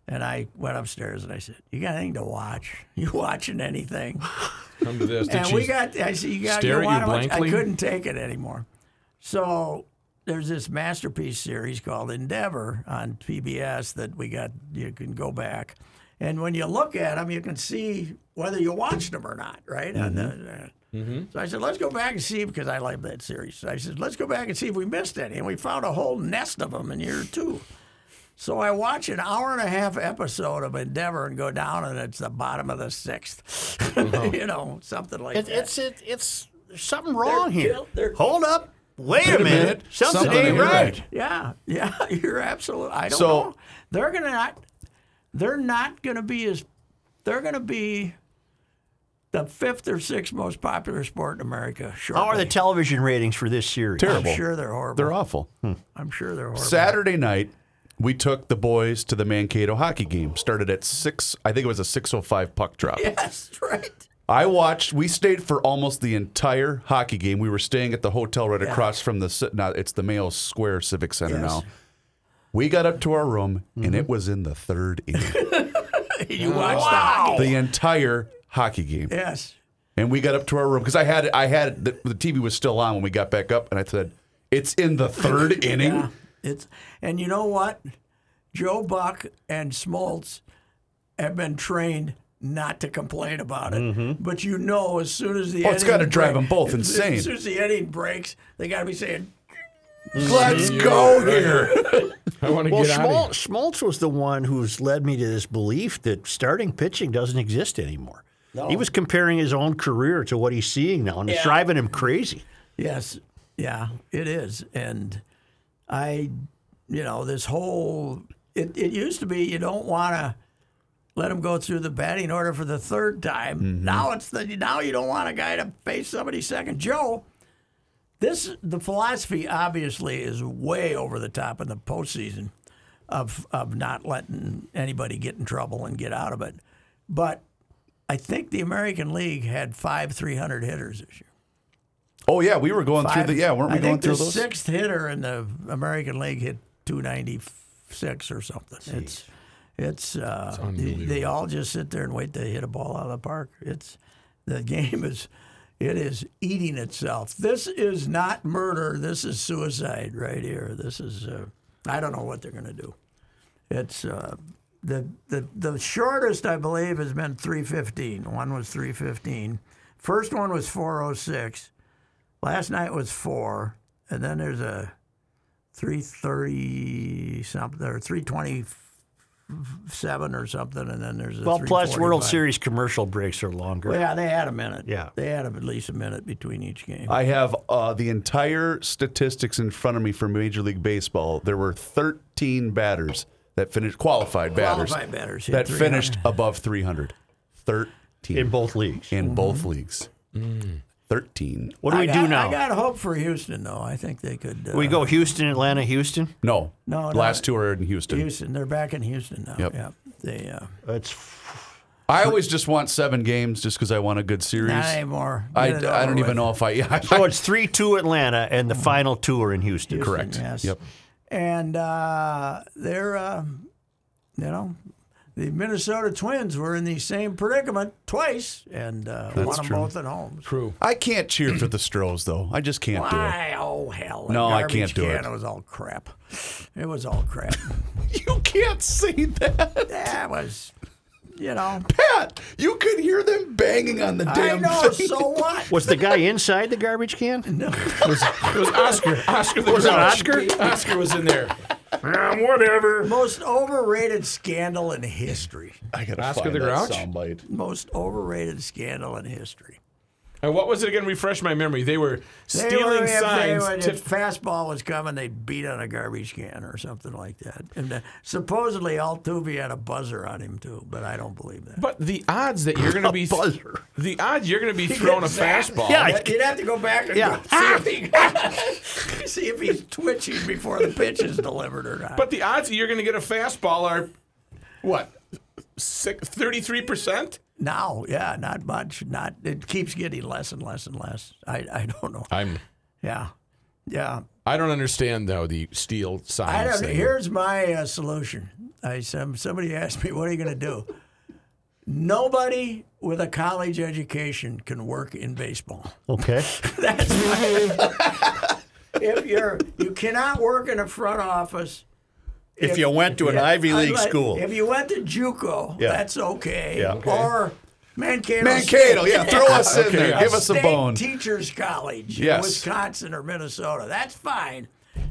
[SPEAKER 2] And I went upstairs and I said, You got anything to watch? You watching anything?
[SPEAKER 3] Come to this. Did
[SPEAKER 2] and
[SPEAKER 3] she-
[SPEAKER 2] we got, I said, You got you
[SPEAKER 3] stare at you
[SPEAKER 2] wanna watch?" I
[SPEAKER 3] blankly?
[SPEAKER 2] couldn't take it anymore. So there's this masterpiece series called Endeavor on PBS that we got, you can go back. And when you look at them, you can see whether you watched them or not, right? On
[SPEAKER 3] Mm-hmm.
[SPEAKER 2] the- uh, So I said, let's go back and see because I like that series. So I said, let's go back and see if we missed any, and we found a whole nest of them in year two. So I watch an hour and a half episode of Endeavor and go down, and it's the bottom of the 6th you know, something like
[SPEAKER 4] It,
[SPEAKER 2] that.
[SPEAKER 4] Uh-huh. it's it, it's something wrong
[SPEAKER 2] They're-
[SPEAKER 4] here.
[SPEAKER 2] they're-
[SPEAKER 4] Hold up. Wait a minute. Something,
[SPEAKER 1] Something
[SPEAKER 4] ain't
[SPEAKER 1] ain't
[SPEAKER 4] right.
[SPEAKER 1] right.
[SPEAKER 2] Yeah, yeah, you're absolutely. I don't
[SPEAKER 1] So-
[SPEAKER 2] know. They're gonna not. They're not gonna be as. They're gonna be the fifth or sixth most popular sport in America. Sure.
[SPEAKER 4] How are the television ratings for this series?
[SPEAKER 2] I'm
[SPEAKER 1] Terrible.
[SPEAKER 2] sure they're horrible.
[SPEAKER 1] They're awful.
[SPEAKER 2] I'm sure they're horrible.
[SPEAKER 1] Saturday night, we took the boys to the Mankato hockey game. Started at six. I think it was a six oh five puck drop.
[SPEAKER 2] Yes, right.
[SPEAKER 1] I watched. We stayed for almost the entire hockey game. We were staying at the hotel right across from the. ci- Now it's the Mayo Square Civic Center
[SPEAKER 2] Yes. Mm-hmm.
[SPEAKER 1] now. We got up to our room and it was in the third inning.
[SPEAKER 2] You watch wow.
[SPEAKER 1] the entire hockey game.
[SPEAKER 2] Yes.
[SPEAKER 1] And we got up to our room because I had I had the, the TV was still on when we got back up, and I said, "It's in the third inning."
[SPEAKER 2] Yeah. Mm-hmm. It's and you know what? Joe Buck and Smoltz have been trained not to complain about it. But you know, as soon as the
[SPEAKER 1] Oh, it's
[SPEAKER 2] inning
[SPEAKER 1] gotta drive
[SPEAKER 2] break-
[SPEAKER 1] 'em both
[SPEAKER 2] as-
[SPEAKER 1] insane.
[SPEAKER 2] As soon as the inning breaks, they got to be saying,
[SPEAKER 1] Let's go here.
[SPEAKER 3] I want to
[SPEAKER 4] Well,
[SPEAKER 3] get out of
[SPEAKER 4] Schmaltz, Schmaltz was the one who's led me to this belief that starting pitching doesn't exist anymore. He was comparing his own career to what he's seeing now, and it's driving him crazy.
[SPEAKER 2] "Yes, yeah, it is." And I, you know, this whole it, it used to be you don't want to let him go through the batting order for the third time. Now it's the now you don't want a guy to face somebody second. Joe, this the philosophy obviously is way over the top in the postseason of of not letting anybody get in trouble and get out of it. But I think the American League had five three hundred hitters this year.
[SPEAKER 1] Oh yeah, we were going through the yeah, weren't we
[SPEAKER 2] I
[SPEAKER 1] going
[SPEAKER 2] think
[SPEAKER 1] through
[SPEAKER 2] the
[SPEAKER 1] those?
[SPEAKER 2] Sixth hitter in the American League hit 296 or something. It's it's, uh, they, they all just sit there and wait to hit a ball out of the park. It's the game is it is eating itself. This is not murder. This is suicide right here. This is uh, I don't know what they're going to do. It's uh, the, the the shortest I believe has been 315. One was 315. First one was 406. Last night was four, and then there's a three thirty something or three twenty seven or something, and then there's a
[SPEAKER 4] Well, plus World
[SPEAKER 2] 345.
[SPEAKER 4] Series commercial breaks are longer.
[SPEAKER 2] Well, yeah, they had a minute.
[SPEAKER 4] Yeah.
[SPEAKER 2] they had at least a minute between each game.
[SPEAKER 1] I have uh, the entire statistics in front of me for Major League Baseball. There were 13 batters that finished qualified batters
[SPEAKER 2] Qualified batters hit
[SPEAKER 1] that
[SPEAKER 2] 300.
[SPEAKER 1] finished above 300. 13
[SPEAKER 4] In both leagues. Mm.
[SPEAKER 1] in both leagues.
[SPEAKER 2] Mm.
[SPEAKER 1] 13.
[SPEAKER 4] What do we
[SPEAKER 2] I
[SPEAKER 4] do
[SPEAKER 2] got-
[SPEAKER 4] now?
[SPEAKER 2] I got hope for Houston, though. I think they could. Uh,
[SPEAKER 4] we go Houston, Atlanta, Houston.
[SPEAKER 1] No,
[SPEAKER 2] No, no.
[SPEAKER 1] Last two are in Houston.
[SPEAKER 2] Houston. They're back in Houston now.
[SPEAKER 1] Yep.
[SPEAKER 2] Yeah, they uh,
[SPEAKER 4] That's
[SPEAKER 1] I always just want seven games just because I want a good series.
[SPEAKER 2] not
[SPEAKER 1] I,
[SPEAKER 2] anymore.
[SPEAKER 1] I,
[SPEAKER 2] Get it
[SPEAKER 1] don't
[SPEAKER 2] over
[SPEAKER 1] even
[SPEAKER 2] with.
[SPEAKER 1] know if I. Yeah,
[SPEAKER 4] so it's three two Atlanta, and the final two are in Houston.
[SPEAKER 1] correct.
[SPEAKER 2] Yes.
[SPEAKER 1] Yep.
[SPEAKER 2] And uh, they're, um you know, the Minnesota Twins were in the same predicament twice and uh, won them
[SPEAKER 1] true.
[SPEAKER 2] both at home.
[SPEAKER 3] True.
[SPEAKER 1] I can't cheer for the Stros though. I just can't do it.
[SPEAKER 2] Why? Oh hell! that
[SPEAKER 1] No, I
[SPEAKER 2] garbage
[SPEAKER 1] can't do
[SPEAKER 2] can,
[SPEAKER 1] it.
[SPEAKER 2] was all crap. It was all crap.
[SPEAKER 1] You can't say that,
[SPEAKER 2] that was, you know.
[SPEAKER 1] Pat. You could hear them banging on the
[SPEAKER 2] I
[SPEAKER 1] damn
[SPEAKER 2] know.
[SPEAKER 1] thing.
[SPEAKER 2] So what?
[SPEAKER 4] Was the guy inside the garbage can?
[SPEAKER 3] It was Oscar. Oscar the
[SPEAKER 4] Was it
[SPEAKER 3] Grouch.
[SPEAKER 4] Oscar?
[SPEAKER 3] Oscar was in there. Ah, whatever.
[SPEAKER 2] Most overrated scandal in history.
[SPEAKER 1] I gotta
[SPEAKER 3] Oscar
[SPEAKER 1] find
[SPEAKER 3] the
[SPEAKER 1] that
[SPEAKER 3] Grouch?
[SPEAKER 1] soundbite.
[SPEAKER 2] Most overrated scandal in history.
[SPEAKER 3] And what was it again? Refresh my memory. They were
[SPEAKER 2] They
[SPEAKER 3] stealing
[SPEAKER 2] were- if they
[SPEAKER 3] signs.
[SPEAKER 2] were-
[SPEAKER 3] to,
[SPEAKER 2] if fastball was coming, they'd beat on a garbage can or something like that. And uh, supposedly Altuve had a buzzer on him too, but I don't believe that.
[SPEAKER 3] but the odds that you're going to be
[SPEAKER 4] buzzer.
[SPEAKER 3] the odds you're going to be throwing a fastball.
[SPEAKER 4] Yeah, I-
[SPEAKER 2] You'd have to go back and
[SPEAKER 4] Yeah.
[SPEAKER 2] go
[SPEAKER 3] Ah!
[SPEAKER 2] see, if he, see if he's twitching before the pitch is delivered or not.
[SPEAKER 3] But the odds that you're going to get a fastball are what? Thirty-three percent.
[SPEAKER 2] now, yeah, not much. Not it keeps getting less and less and less. I I don't know.
[SPEAKER 3] I'm.
[SPEAKER 2] Yeah, yeah.
[SPEAKER 3] I don't understand though the steal signs.
[SPEAKER 2] I don't.
[SPEAKER 3] thing.
[SPEAKER 2] Here's my uh, solution. I some somebody asked me, "What are you going to do?" Nobody with a college education can work in baseball.
[SPEAKER 4] Okay.
[SPEAKER 2] That's my, if you're you cannot work in a front office
[SPEAKER 5] if, you went to an
[SPEAKER 2] Yeah,
[SPEAKER 5] Ivy
[SPEAKER 2] I'd
[SPEAKER 5] League
[SPEAKER 2] like-
[SPEAKER 5] school.
[SPEAKER 2] If you went to JUCO,
[SPEAKER 5] Yeah.
[SPEAKER 2] that's okay.
[SPEAKER 5] Yeah. Okay.
[SPEAKER 2] Or Mankato.
[SPEAKER 1] Mankato, yeah, throw us in
[SPEAKER 3] Okay,
[SPEAKER 1] there.
[SPEAKER 3] yeah.
[SPEAKER 1] Give us a
[SPEAKER 2] State
[SPEAKER 1] bone.
[SPEAKER 2] Teachers College in
[SPEAKER 1] Yes.
[SPEAKER 2] Wisconsin or Minnesota. That's fine.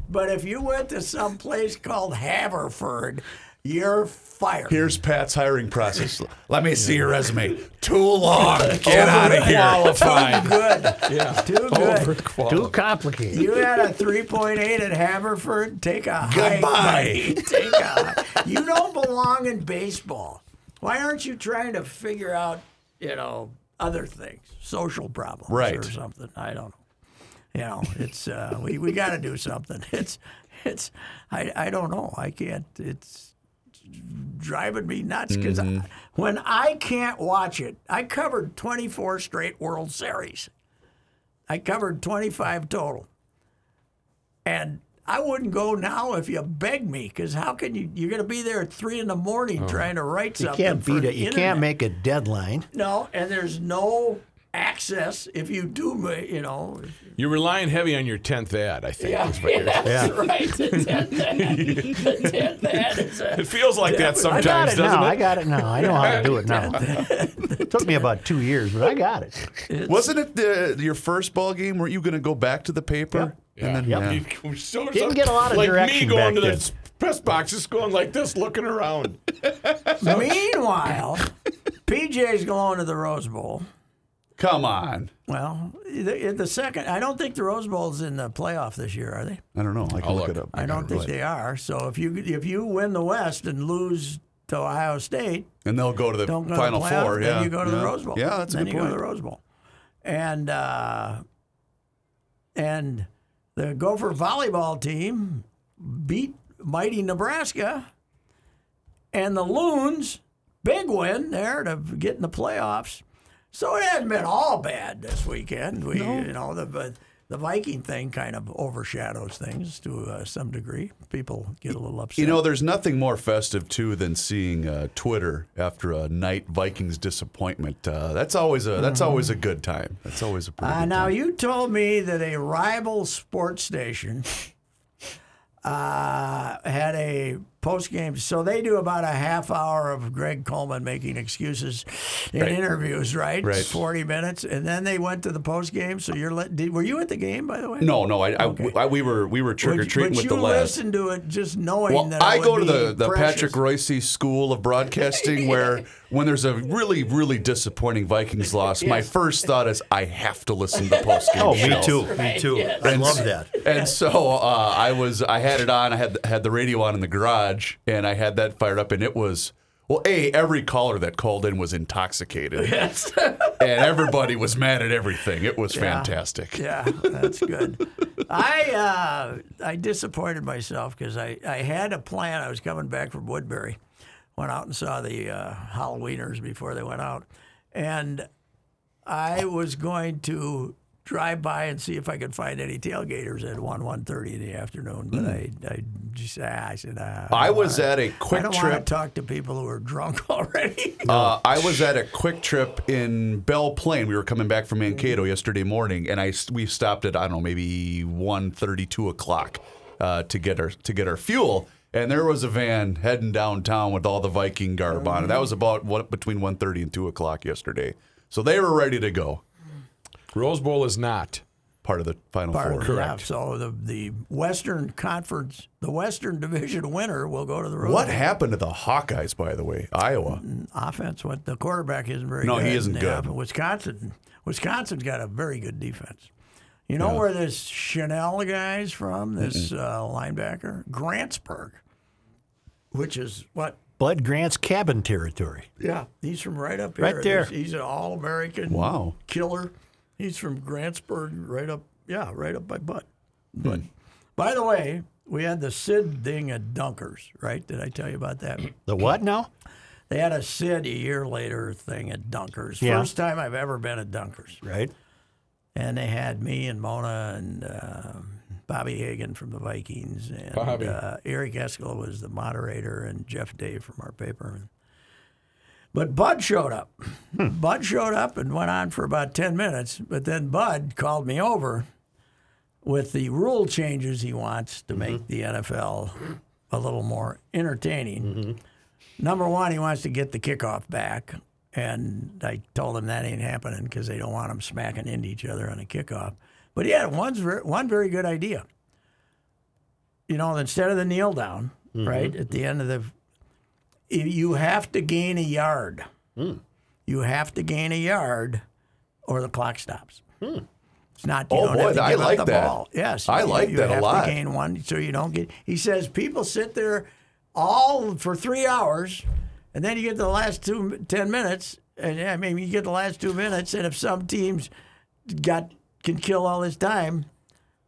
[SPEAKER 2] But if you went to some place called Haverford, you're fired.
[SPEAKER 1] Here's Pat's hiring process. Let me see your resume. Too long. Get out of here.
[SPEAKER 3] Qualified.
[SPEAKER 2] Good. Yeah. Too good.
[SPEAKER 3] Overqualified.
[SPEAKER 6] Too complicated.
[SPEAKER 2] You had a 3.8 at Haverford. Take a hike,
[SPEAKER 1] Goodbye.
[SPEAKER 2] buddy. Take a hike. You don't belong in baseball. Why aren't you trying to figure out, you know, other things, social problems,
[SPEAKER 1] Right.
[SPEAKER 2] or something? I don't know. You know, it's uh, we we got to do something. It's it's I I don't know. I can't. It's driving me nuts because
[SPEAKER 4] Mm-hmm.
[SPEAKER 2] when I can't watch it, I covered 24 straight World Series. I covered 25 total. And I wouldn't go now if you begged me, because how can you? You're going to be there at three in the morning trying to write
[SPEAKER 4] Oh. You
[SPEAKER 2] something.
[SPEAKER 4] can't
[SPEAKER 2] for
[SPEAKER 4] beat
[SPEAKER 2] the
[SPEAKER 4] it. You
[SPEAKER 2] internet.
[SPEAKER 4] can't make a deadline.
[SPEAKER 2] No, and there's no access if you do, ma- you know.
[SPEAKER 3] You're relying heavy on your 10th ad, I think. is what you're-
[SPEAKER 2] that's right. The tenth ad. The tenth ad is a-
[SPEAKER 3] It feels like
[SPEAKER 4] I
[SPEAKER 3] that sometimes,
[SPEAKER 4] got it
[SPEAKER 3] doesn't
[SPEAKER 4] now.
[SPEAKER 3] it?
[SPEAKER 4] I got it now. I know how to do it now. it took me about two years, but I got it.
[SPEAKER 1] Wasn't it the, your first ball game? Were you going to go back to the paper? And then,
[SPEAKER 4] Yep.
[SPEAKER 1] yeah.
[SPEAKER 3] You- so-
[SPEAKER 4] Didn't get a lot of
[SPEAKER 3] like
[SPEAKER 4] direction
[SPEAKER 3] me
[SPEAKER 4] back
[SPEAKER 3] going to
[SPEAKER 4] then.
[SPEAKER 3] the press box, just going like this, looking around.
[SPEAKER 2] Meanwhile, PJ's going to the Rose Bowl.
[SPEAKER 1] Come on.
[SPEAKER 2] Well, the, the second, I don't think the Rose Bowl's in the playoff this year, are they?
[SPEAKER 1] I don't know. I can
[SPEAKER 3] I'll
[SPEAKER 1] look,
[SPEAKER 3] look.
[SPEAKER 1] it up.
[SPEAKER 2] I don't think they are. So if you if you win the West and lose to Ohio State,
[SPEAKER 1] And they'll go to the
[SPEAKER 2] don't go
[SPEAKER 1] final
[SPEAKER 2] to the playoff,
[SPEAKER 1] four.
[SPEAKER 2] Then
[SPEAKER 1] yeah.
[SPEAKER 2] you go to
[SPEAKER 1] yeah.
[SPEAKER 2] the Rose Bowl.
[SPEAKER 1] Yeah, that's a
[SPEAKER 2] then
[SPEAKER 1] good
[SPEAKER 2] you
[SPEAKER 1] point.
[SPEAKER 2] go to the Rose Bowl, and uh, and the Gopher volleyball team beat mighty Nebraska, and the Loons big win there to get in the playoffs. So it hasn't been all bad this weekend. We you know the. But, the Viking thing kind of overshadows things to uh, some degree. People get a little upset.
[SPEAKER 1] You know, there's nothing more festive too than seeing uh, Twitter after a night Vikings disappointment. Uh, that's always a that's
[SPEAKER 2] Mm-hmm.
[SPEAKER 1] always a good time. That's always a pretty
[SPEAKER 2] Uh,
[SPEAKER 1] good
[SPEAKER 2] now
[SPEAKER 1] time.
[SPEAKER 2] you told me that a rival sports station uh, had a post game, so they do about a half hour of Greg Coleman making excuses in interviews, right?
[SPEAKER 1] Right.
[SPEAKER 2] Forty minutes, and then they went to the post game. So you're let, did, were you at the game by the way?
[SPEAKER 1] No, no, I, I- I- we were we were
[SPEAKER 2] Would
[SPEAKER 1] trick or
[SPEAKER 2] you-
[SPEAKER 1] treating
[SPEAKER 2] but
[SPEAKER 1] with
[SPEAKER 2] you
[SPEAKER 1] the last.
[SPEAKER 2] listened to it just knowing
[SPEAKER 1] Well,
[SPEAKER 2] that
[SPEAKER 1] I
[SPEAKER 2] would
[SPEAKER 1] go to
[SPEAKER 2] be
[SPEAKER 1] the, the
[SPEAKER 2] precious.
[SPEAKER 1] Patrick Royce School of Broadcasting, where when there's a really really disappointing Vikings loss, my first thought is I have to listen to post game.
[SPEAKER 4] Oh, me too. Me too. I love that.
[SPEAKER 1] And so uh, I was, I had it on. I had had the radio on in the garage, and I had that fired up, and it was. Well, a every caller that called in was intoxicated. Yes, and everybody was mad at everything. It was fantastic.
[SPEAKER 2] Yeah, that's good. I uh, I disappointed myself because I, I had a plan. I was coming back from Woodbury, went out and saw the uh, Halloweeners before they went out, and I was going to drive by and see if I could find any tailgaters at one one thirty in the afternoon. But I I just ah, I said ah,
[SPEAKER 1] Hmm. I was at a
[SPEAKER 2] I
[SPEAKER 1] quick
[SPEAKER 2] don't want
[SPEAKER 1] trip.
[SPEAKER 2] to talk to people who are drunk already.
[SPEAKER 1] Uh, I was at a quick trip in Belle Plaine. We were coming back from Mankato yesterday morning, and I we stopped at I don't know maybe 1.30, 2 o'clock uh, to get our to get our fuel. And there was a van heading downtown with all the Viking garb on, and that was about what between 1.30 and two o'clock yesterday. So they were ready to go.
[SPEAKER 3] Rose Bowl is not.
[SPEAKER 1] Part of the final
[SPEAKER 2] Part
[SPEAKER 1] four.
[SPEAKER 2] of the draft. So the the Western Conference, the Western Division winner will go to the Rose
[SPEAKER 1] What
[SPEAKER 2] Bowl.
[SPEAKER 1] happened to the Hawkeyes, by the way? Iowa.
[SPEAKER 2] Mm. offense? What the quarterback isn't very
[SPEAKER 1] No,
[SPEAKER 2] good.
[SPEAKER 1] he isn't
[SPEAKER 2] Yeah,
[SPEAKER 1] good.
[SPEAKER 2] but Wisconsin, Wisconsin's got a very good defense. You know where this Chanel guy's from? This uh, linebacker, Grantsburg, which is what?
[SPEAKER 4] Bud Grant's cabin territory.
[SPEAKER 2] Yeah, he's from right up here.
[SPEAKER 4] Right there.
[SPEAKER 2] He's, he's an all-American.
[SPEAKER 1] Wow.
[SPEAKER 2] killer. He's from Grantsburg, right up, yeah, right up by Butt. But by the way, we had the Sid thing at Dunkers, right? Did I tell you about that?
[SPEAKER 4] The what now?
[SPEAKER 2] They had a Sid a year later thing at Dunkers.
[SPEAKER 4] Yeah.
[SPEAKER 2] First time I've ever been at Dunkers.
[SPEAKER 4] Right.
[SPEAKER 2] And they had me and Mona and um Bobby Hagan from the Vikings and
[SPEAKER 3] Bobby.
[SPEAKER 2] uh, Eric Eskell was the moderator and Jeff Day from our paper. But Bud showed up. Bud showed up and went on for about 10 minutes, but then Bud called me over with the rule changes he wants to make the NFL a little more entertaining. Number one, he wants to get the kickoff back. And I told him that ain't happening because they don't want them smacking into each other on a kickoff. But he had one's, ver- one very good idea. You know, instead of the kneel down,
[SPEAKER 1] Mm-hmm.
[SPEAKER 2] right, at the end of the, if you have to gain a yard.
[SPEAKER 1] Mm.
[SPEAKER 2] You have to gain a yard or the clock stops. It's not. You
[SPEAKER 1] Hmm. Oh,
[SPEAKER 2] don't
[SPEAKER 1] boy,
[SPEAKER 2] have to
[SPEAKER 1] I
[SPEAKER 2] give up
[SPEAKER 1] like
[SPEAKER 2] the
[SPEAKER 1] that.
[SPEAKER 2] Ball. Yes,
[SPEAKER 1] I
[SPEAKER 2] you-
[SPEAKER 1] like
[SPEAKER 2] you
[SPEAKER 1] that a
[SPEAKER 2] have
[SPEAKER 1] lot.
[SPEAKER 2] To gain one, so you don't get. He says people sit there all for three hours, and then you get to the last two ten minutes, and I mean you get the last two minutes, and if some teams got can kill all this time,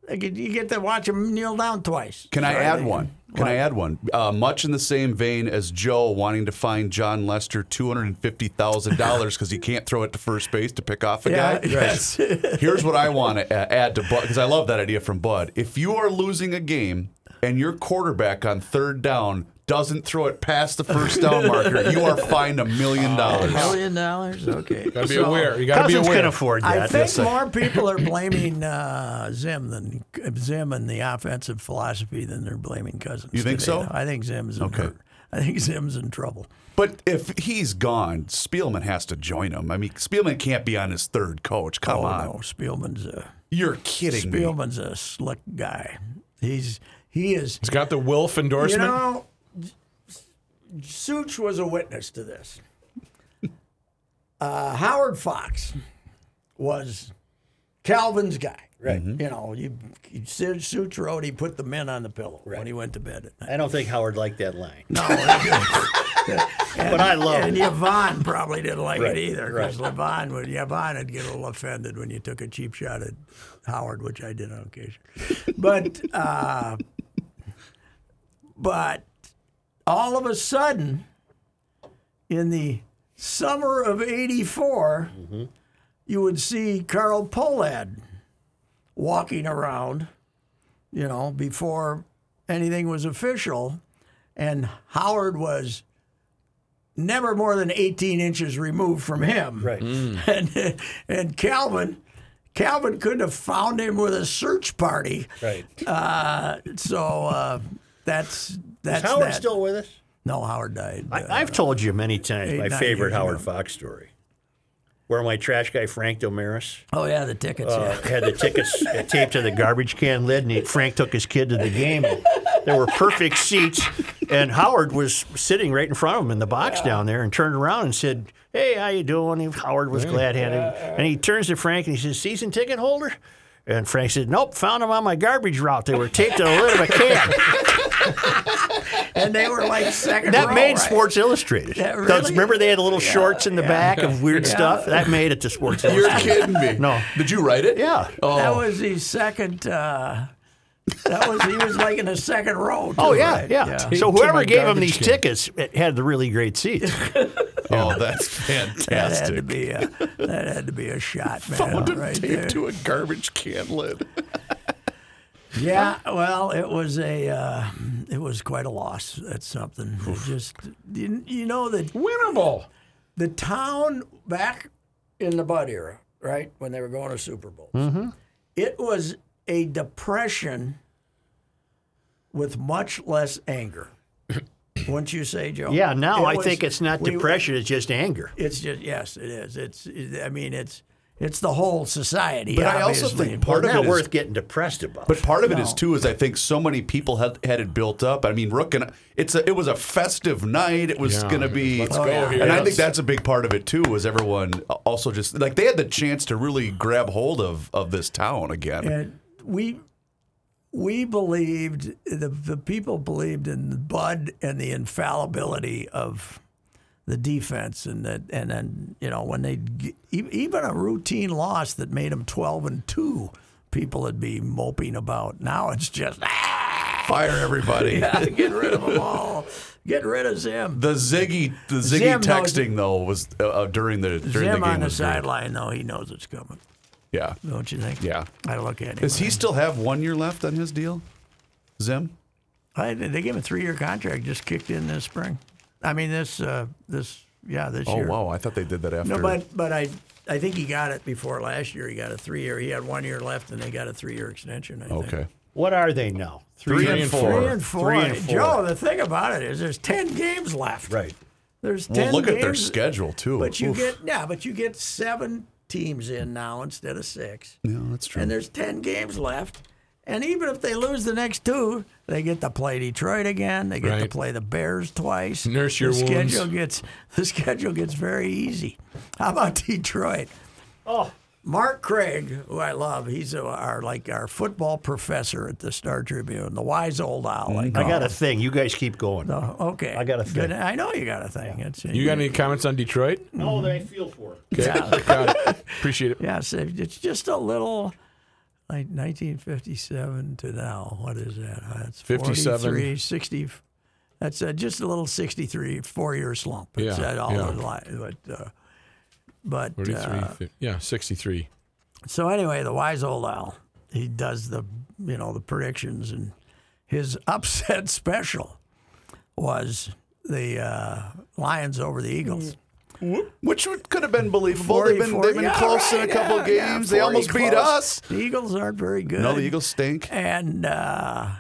[SPEAKER 2] they get- you get to watch them kneel down twice.
[SPEAKER 1] Can I
[SPEAKER 2] So
[SPEAKER 1] add
[SPEAKER 2] think-
[SPEAKER 1] one? Can I add one? Uh, much in the same vein as Joe wanting to find John Lester two hundred and fifty thousand dollars because he can't throw it to first base to pick off a
[SPEAKER 2] Yeah,
[SPEAKER 1] guy.
[SPEAKER 2] yes.
[SPEAKER 1] Here's what I want to add to Bud because I love that idea from Bud. If you are losing a game and your quarterback on third down doesn't throw it past the first down marker, you are fined a million dollars.
[SPEAKER 2] Million dollars. Okay.
[SPEAKER 3] Gotta be
[SPEAKER 2] So-
[SPEAKER 3] aware. You gotta
[SPEAKER 4] Oh, Cousins
[SPEAKER 3] be aware.
[SPEAKER 4] can afford
[SPEAKER 2] I
[SPEAKER 4] that.
[SPEAKER 2] think more people are blaming uh, Zim than Zim and the offensive philosophy than they're blaming Cousins.
[SPEAKER 1] You think
[SPEAKER 2] today,
[SPEAKER 1] so?
[SPEAKER 2] though. I think Zim's in
[SPEAKER 1] Okay.
[SPEAKER 2] okay. I think Zim's in trouble.
[SPEAKER 1] But if he's gone, Spielman has to join him. I mean, Spielman can't be on his third coach. Come
[SPEAKER 2] oh
[SPEAKER 1] on,
[SPEAKER 2] no, Spielman's a
[SPEAKER 1] you're kidding me.
[SPEAKER 2] Spielman's a slick guy. He's he is.
[SPEAKER 3] He's got the Wilf
[SPEAKER 2] You
[SPEAKER 3] endorsement.
[SPEAKER 2] know, Such was a witness to this. Uh, Howard Fox was Calvin's guy. Right. You know, you, you said Such wrote he put the men on the pillow when he went to bed at night.
[SPEAKER 5] I don't think Howard liked that line,
[SPEAKER 2] No, they didn't.
[SPEAKER 5] but I love
[SPEAKER 2] and
[SPEAKER 5] it.
[SPEAKER 2] Yvonne probably didn't like
[SPEAKER 5] Right,
[SPEAKER 2] it either because Levon would Yvonne would get a little offended when you took a cheap shot at Howard, which I did on occasion. But uh, but all of a sudden, in the summer of '84, you would see Carl Polad walking around, you know, before anything was official, and Howard was never more than 18 inches removed from him.
[SPEAKER 5] Right.
[SPEAKER 2] And, and Calvin, Calvin couldn't have found him with a search party.
[SPEAKER 5] Right.
[SPEAKER 2] So uh, that's
[SPEAKER 5] Is
[SPEAKER 2] that's
[SPEAKER 5] Howard
[SPEAKER 2] that.
[SPEAKER 5] still with us?
[SPEAKER 2] No, Howard died. uh,
[SPEAKER 4] I, I've told you many times
[SPEAKER 2] eight,
[SPEAKER 4] my
[SPEAKER 2] nine
[SPEAKER 4] favorite
[SPEAKER 2] years
[SPEAKER 4] Howard
[SPEAKER 2] ago.
[SPEAKER 4] Fox story, where my trash guy Frank Domaris
[SPEAKER 2] oh yeah, the tickets.
[SPEAKER 4] uh, had the tickets taped to the garbage can lid, and he, Frank took his kid to the game. And there were perfect seats, and Howard was sitting right in front of him in the box down there, and turned around and said, "Hey, how you doing?" And Howard was glad-handed, and he turns to Frank and he says, "Season ticket holder." And Frank said, "Nope, found them on my garbage route. They were taped to the lid of a can."
[SPEAKER 2] yeah. And they were like second.
[SPEAKER 4] That
[SPEAKER 2] row,
[SPEAKER 4] made
[SPEAKER 2] right?
[SPEAKER 4] Sports Illustrated.
[SPEAKER 2] Yeah,
[SPEAKER 4] Those-
[SPEAKER 2] really?
[SPEAKER 4] remember they had the little shorts in the back of weird stuff? That made it to Sports
[SPEAKER 1] You're
[SPEAKER 4] Illustrated.
[SPEAKER 1] kidding me.
[SPEAKER 4] No.
[SPEAKER 1] Did you write it?
[SPEAKER 4] Yeah.
[SPEAKER 1] Oh,
[SPEAKER 2] That was the second. Uh, that was he was like in the second row. too,
[SPEAKER 4] Oh yeah,
[SPEAKER 2] right?
[SPEAKER 4] yeah.
[SPEAKER 2] yeah.
[SPEAKER 4] So
[SPEAKER 3] To
[SPEAKER 4] whoever
[SPEAKER 3] my
[SPEAKER 4] gave him
[SPEAKER 3] garbage
[SPEAKER 4] these
[SPEAKER 3] can.
[SPEAKER 4] tickets it had the really great seats.
[SPEAKER 1] oh, that's
[SPEAKER 2] That had to
[SPEAKER 1] fantastic.
[SPEAKER 2] be a that had to be a shot, man.
[SPEAKER 1] Found him
[SPEAKER 2] right
[SPEAKER 1] taped
[SPEAKER 2] there.
[SPEAKER 1] to a garbage can lid.
[SPEAKER 2] Yeah,
[SPEAKER 4] Oh.
[SPEAKER 2] well, it was a uh, it was quite a loss. That's something. It Just you, you know that
[SPEAKER 3] Winnable.
[SPEAKER 2] the town back in the Bud era, right when they were going to Super Bowls,
[SPEAKER 4] Mm-hmm.
[SPEAKER 2] it was a depression with much less anger. Wouldn't you say, Joe?
[SPEAKER 4] Yeah, now
[SPEAKER 2] It
[SPEAKER 4] I
[SPEAKER 2] was-
[SPEAKER 4] think it's not
[SPEAKER 2] we-
[SPEAKER 4] depression, it's just anger.
[SPEAKER 2] It's just yes, it is. It's I mean it's it's the whole society.
[SPEAKER 1] But I also
[SPEAKER 2] obviously.
[SPEAKER 1] think
[SPEAKER 4] Well,
[SPEAKER 1] part of
[SPEAKER 4] not
[SPEAKER 1] it
[SPEAKER 4] worth
[SPEAKER 1] is,
[SPEAKER 4] getting depressed about.
[SPEAKER 1] but part of it is too is I think so many people had, had it built up. I mean, Rook and it's a, it was a festive night. It was going to be let's
[SPEAKER 3] go Oh, yeah. here.
[SPEAKER 1] And I think that's a big part of it too. Was everyone also just like they had the chance to really grab hold of of this town again?
[SPEAKER 2] And we we believed the the people believed in the Bud and the infallibility of the defense, and that and then you know when they even a routine loss that made them twelve and two, people would be moping about. Now it's just ah,
[SPEAKER 1] Fire everybody.
[SPEAKER 2] get rid of them all, get rid of Zim.
[SPEAKER 1] The Ziggy the Ziggy
[SPEAKER 2] Zim knows-
[SPEAKER 1] texting though was uh, uh, during the during the
[SPEAKER 2] Zim
[SPEAKER 1] game
[SPEAKER 2] on the
[SPEAKER 1] was great.
[SPEAKER 2] sideline though, he knows it's coming.
[SPEAKER 1] Yeah.
[SPEAKER 2] Don't you think?
[SPEAKER 1] Yeah.
[SPEAKER 2] I look at him.
[SPEAKER 1] Does he still have one year left on his deal? Zim?
[SPEAKER 2] I, they gave him a three-year contract. Just kicked in this spring. I mean, this, uh, this, yeah, this
[SPEAKER 1] Oh
[SPEAKER 2] year.
[SPEAKER 1] wow, I thought they did that after.
[SPEAKER 2] No, but but I, I think he got it before last year. He got a three-year. He had one year left, and they got a three-year extension. I think.
[SPEAKER 1] okay.
[SPEAKER 4] What are they now?
[SPEAKER 3] Three and four.
[SPEAKER 2] Three and four.
[SPEAKER 4] Three and four.
[SPEAKER 2] Joe, the thing about it is there's 10 games left.
[SPEAKER 4] Right.
[SPEAKER 2] There's 10
[SPEAKER 1] Well, look
[SPEAKER 2] games,
[SPEAKER 1] at their schedule too.
[SPEAKER 2] But you
[SPEAKER 1] Oof.
[SPEAKER 2] get yeah, but you get 7 teams in now instead of 6.
[SPEAKER 1] yeah, that's true.
[SPEAKER 2] And there's 10 games left. And even if they lose the next two, they get to play Detroit again. They get to
[SPEAKER 3] Right.
[SPEAKER 2] play the Bears twice.
[SPEAKER 3] Nurse your
[SPEAKER 2] the
[SPEAKER 3] wounds.
[SPEAKER 2] Schedule gets, the schedule gets very easy. How about Detroit?
[SPEAKER 4] Oh,
[SPEAKER 2] Mark Craig, who I love, he's uh our like our football professor at the Star Tribune, the wise old owl. I,
[SPEAKER 4] I got a thing. You guys keep going.
[SPEAKER 2] call him. okay.
[SPEAKER 4] I got a
[SPEAKER 2] Good.
[SPEAKER 4] thing.
[SPEAKER 2] I know you got a thing. It's
[SPEAKER 3] You got any comments on Detroit?
[SPEAKER 4] No, that I feel for.
[SPEAKER 3] Okay. Got it. Appreciate it.
[SPEAKER 2] Yes, it- it's just a little like 1957 to now. What is that? Uh, It's
[SPEAKER 3] 57.
[SPEAKER 2] 43, 60. That's uh, just a little 63 four year slump. It's
[SPEAKER 3] Yeah,
[SPEAKER 2] that all
[SPEAKER 3] yeah.
[SPEAKER 2] in line. But, uh, but
[SPEAKER 3] 43,
[SPEAKER 2] uh,
[SPEAKER 3] fif- yeah, 63.
[SPEAKER 2] so anyway, the wise old owl, he does the you know the predictions, and his upset special was the uh, Lions over the Eagles.
[SPEAKER 1] Which would, could have been believable. They've been, they've been
[SPEAKER 2] yeah,
[SPEAKER 1] close in
[SPEAKER 2] right,
[SPEAKER 1] a couple
[SPEAKER 2] yeah,
[SPEAKER 1] games.
[SPEAKER 2] yeah,
[SPEAKER 1] they
[SPEAKER 2] 40
[SPEAKER 1] almost beat
[SPEAKER 2] close.
[SPEAKER 1] us.
[SPEAKER 2] The Eagles aren't very good.
[SPEAKER 1] No, the Eagles stink.
[SPEAKER 2] And uh,